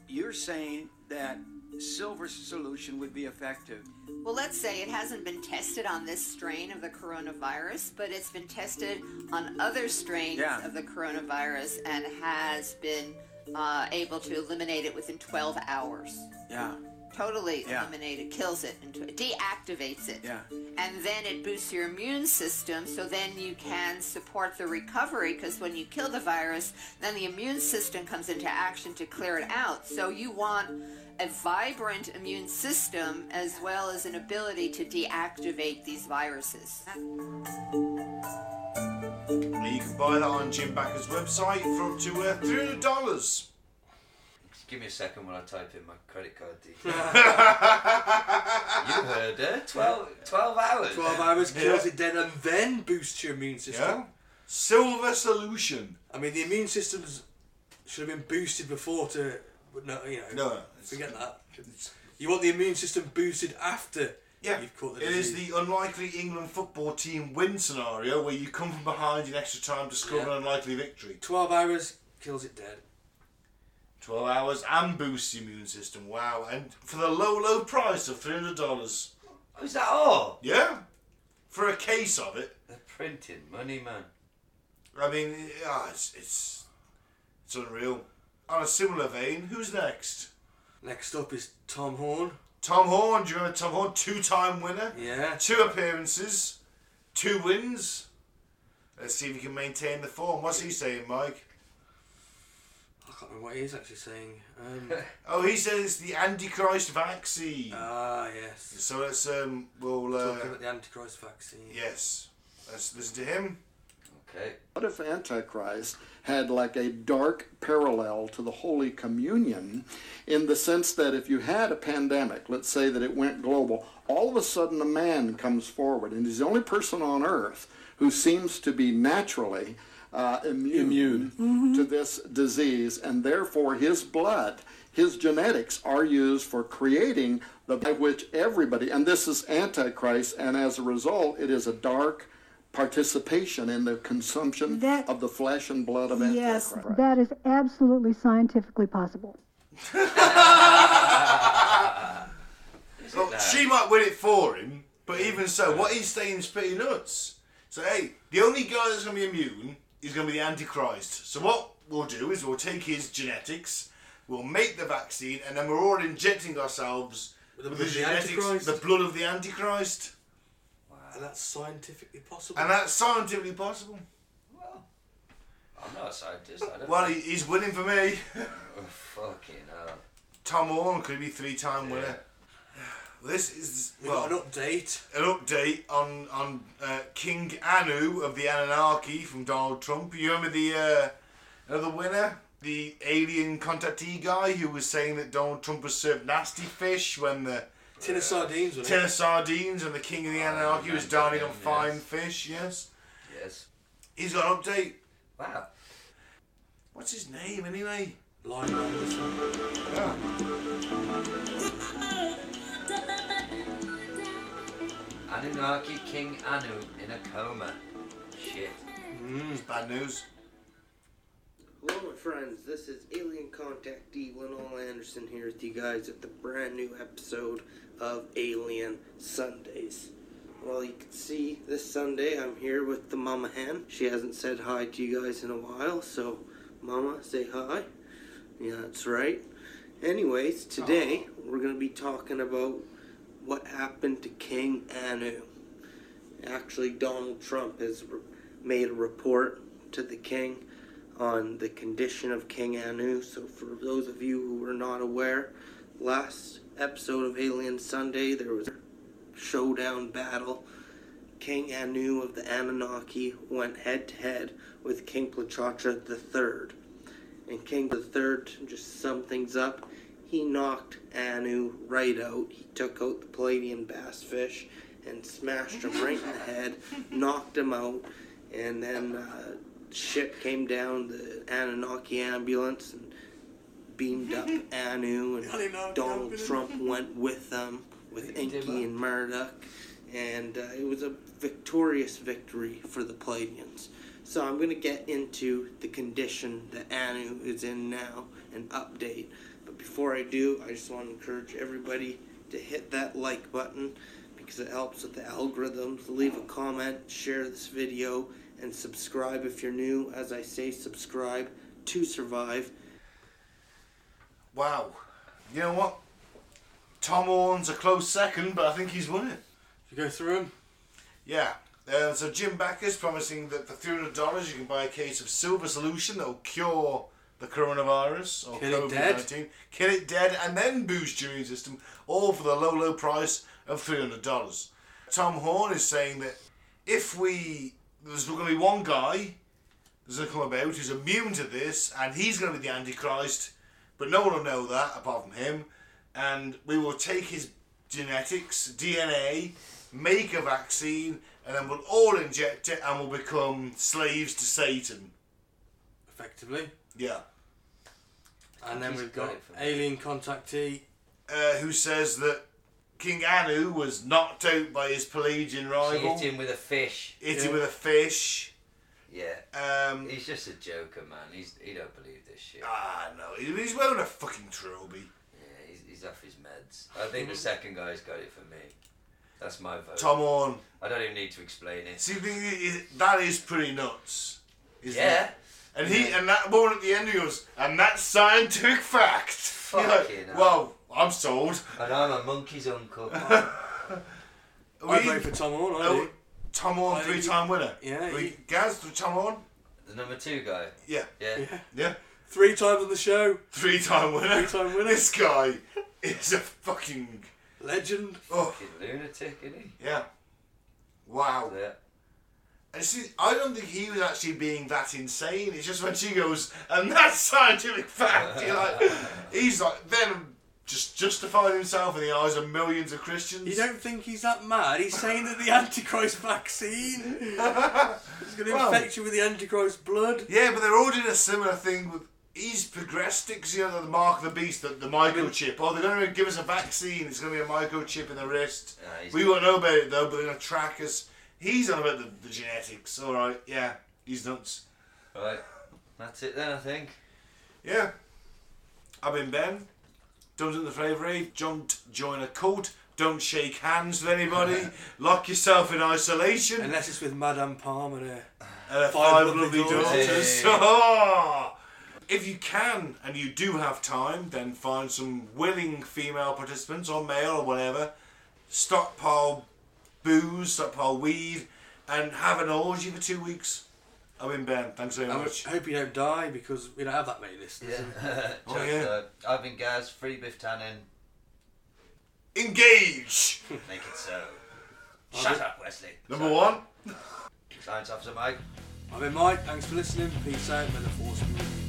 you're saying that silver solution would be effective. Well, let's say it hasn't been tested on this strain of the coronavirus, but it's been tested on other strains Yeah. of the coronavirus and has been uh, able to eliminate it within 12 hours. Yeah, Totally Yeah. eliminate it, kills it, and it deactivates it. yeah. And then it boosts your immune system, so then you can support the recovery. Because when you kill the virus, then the immune system comes into action to clear it out. So you want a vibrant immune system as well as an ability to deactivate these viruses. You can buy that on Jim Backer's website for up to uh, three hundred dollars. Just give me a second while I type in my credit card details. you heard her. 12, 12 hours. 12 hours kills Yeah. it dead and then boosts your immune system. Yeah. Silver solution. I mean, the immune systems should have been boosted before to. But no, you know. No, it's- forget that. You want the immune system boosted after Yeah. you've caught the It disease. is the unlikely England football team win scenario where you come from behind in extra time to score Yeah. an unlikely victory. 12 hours kills it dead. 12 hours and boosts the immune system. Wow. And for the low, low price of $300. Is that all? Yeah. For a case of it. They're printing money, man. I mean, yeah, it's, it's, it's unreal. On a similar vein, who's next? Next up is Tom Horn. Tom Horn, do you remember Tom Horn? Two time winner. Yeah. Two appearances, two wins. Let's see if he can maintain the form. What's he saying, Mike? I can't remember what he is actually saying. Um, Oh, he says it's the Antichrist vaccine. Ah, yes. So let's um, we'll uh, talking about the Antichrist vaccine. yes, let's listen to him. Okay. What if Antichrist had like a dark parallel to the Holy Communion in the sense that if you had a pandemic, let's say that it went global, all of a sudden a man comes forward and he's the only person on earth who seems to be naturally uh, immune, Mm-hmm. to this disease, and therefore his blood, his genetics are used for creating the by which everybody, and this is Antichrist, and as a result, it is a dark participation in the consumption of the flesh and blood of Yes, Antichrist. that is absolutely scientifically possible. Look, she might win it for him, but even so, what he's saying is pretty nuts. So hey, the only guy that's gonna be immune is gonna be the Antichrist. So what we'll do is we'll take his genetics, we'll make the vaccine, and then we're all injecting ourselves With the blood of the Antichrist. the blood of the Antichrist, And that's scientifically possible. and that's scientifically possible. I'm not a scientist. I don't Well, know. he, he's winning for me. Oh, fucking hell. Tom Horn could be three-time winner. Well, This is We well, got an update. an update on on uh, King Anu of the Anarchy from Donald Trump. You remember the uh, another winner, the alien contactee guy who was saying that Donald Trump was served nasty fish when the Tin of sardines, wasn't uh, tin of it? sardines and the King of the Anarchy was dining on fine fish. Yes, Yes. he's got an update. Wow. What's his name anyway? Ah, Lionel Richie. Yeah. Anunnaki King Anu in a coma. Shit. It's bad news. Hello, my friends. This is Alien Contactee Lynol Anderson here with you guys at the brand new episode of Alien Sundays. Well, you can see this Sunday I'm here with the Mama Hen. She hasn't said hi to you guys in a while, so Mama, say hi. Yeah, that's right. Anyways, today we're going to be talking about what happened to King Anu. Actually, Donald Trump has re- made a report to the king on the condition of King Anu. So, for those of you who are not aware, last episode of Alien Sunday there was a showdown battle. King Anu of the Anunnaki went head to head with King Plachacha III. And King III, just to sum things up, he knocked Anu right out. He took out the Palladian bass fish and smashed him right in the head, knocked him out, and then uh, ship came down the Anunnaki ambulance and beamed up Anu, and Donald Trump went with them with Enki and Murdoch, and uh, it was a victorious victory for the Palladians. So I'm going to get into the condition that Anu is in now and update. But before I do, I just want to encourage everybody to hit that like button because it helps with the algorithms. Leave a comment, share this video, and subscribe if you're new. As I say, subscribe to survive. Wow. You know what? Tom Horn's a close second, but I think he's won it. You go through him. Yeah. Uh, so Jim Backer's promising that for three hundred dollars you can buy a case of silver solution that'll cure the coronavirus or Kill it COVID nineteen, kill it dead, and then boost your immune system, all for the low, low price of three hundred dollars. Tom Horn is saying that if we there's going to be one guy that's going to come about who's immune to this, and he's going to be the Antichrist, but no one will know that apart from him, and we will take his genetics, DNA, make a vaccine, and then we'll all inject it, and we'll become slaves to Satan. Effectively. Yeah. And then He's we've got got it for alien contactee. Uh, who says that King Anu was knocked out by his Pelagian She rival? hit him with a fish. hit him with a fish. Yeah. Um, he's just a joker, man. He's he don't believe this shit. Ah, no. He- he's wearing a fucking trilby. Yeah, he's, he's off his meds. I think the second guy's got it for me. That's my vote. Hmm. Tom Horn. I don't even need to explain it. See, the thing is, that is pretty nuts. isn't Yeah. it? And he and that moment at the end, he goes, and that's scientific fact. Fucking hell. Well, I'm sold. And I'm a monkey's uncle. We- vote for Tom Horn, I Oh, do. Tom Horn, I think he- three-time winner. Yeah, We, he- Gaz, Tom Horn. the number two guy. Yeah. Yeah. Yeah. Three times on the show. Three-time winner. Three-time winner. This guy is a fucking legend. Oh, Fucking lunatic, isn't he? yeah. Wow. Yeah. And see, I don't think he was actually being that insane. It's just when she goes, and that's scientific fact. You're like, he's like, then just justified himself in the eyes of millions of Christians. You don't think he's that mad? He's saying that the Antichrist vaccine is going to Well- infect you with the Antichrist blood. Yeah, but they're all doing a similar thing with. He's progressed it 'cause, you know the mark of the beast, the, the microchip. Oh, they're going to give us a vaccine. It's going to be a microchip in the wrist. Nah, he's- we won't know about it though, but they're going to track us. He's on about the, the genetics. All right, yeah, he's nuts. Right. That's it then, I think. Yeah. I've been Ben. Don't do the flavour aid. Don't join a cult. Don't shake hands with anybody. Lock yourself in isolation. Unless it's with Madame Palm and her And her five five lovely lovely daughters. daughters. Ah! if you can and you do have time, then find some willing female participants or male or whatever. Stockpile booze, stockpile weed, and have an orgy for two weeks. I've been Ben. Thanks very I much. hope you don't die because we don't have that many listeners. Yeah. Oh, Just, yeah. uh, I've been Gaz, free Biff Tannen. Engage! Make it so. Shut up, Wesley. Number one. Science Officer Mike. I've been Mike. Thanks for listening. Peace out. May the force be with you.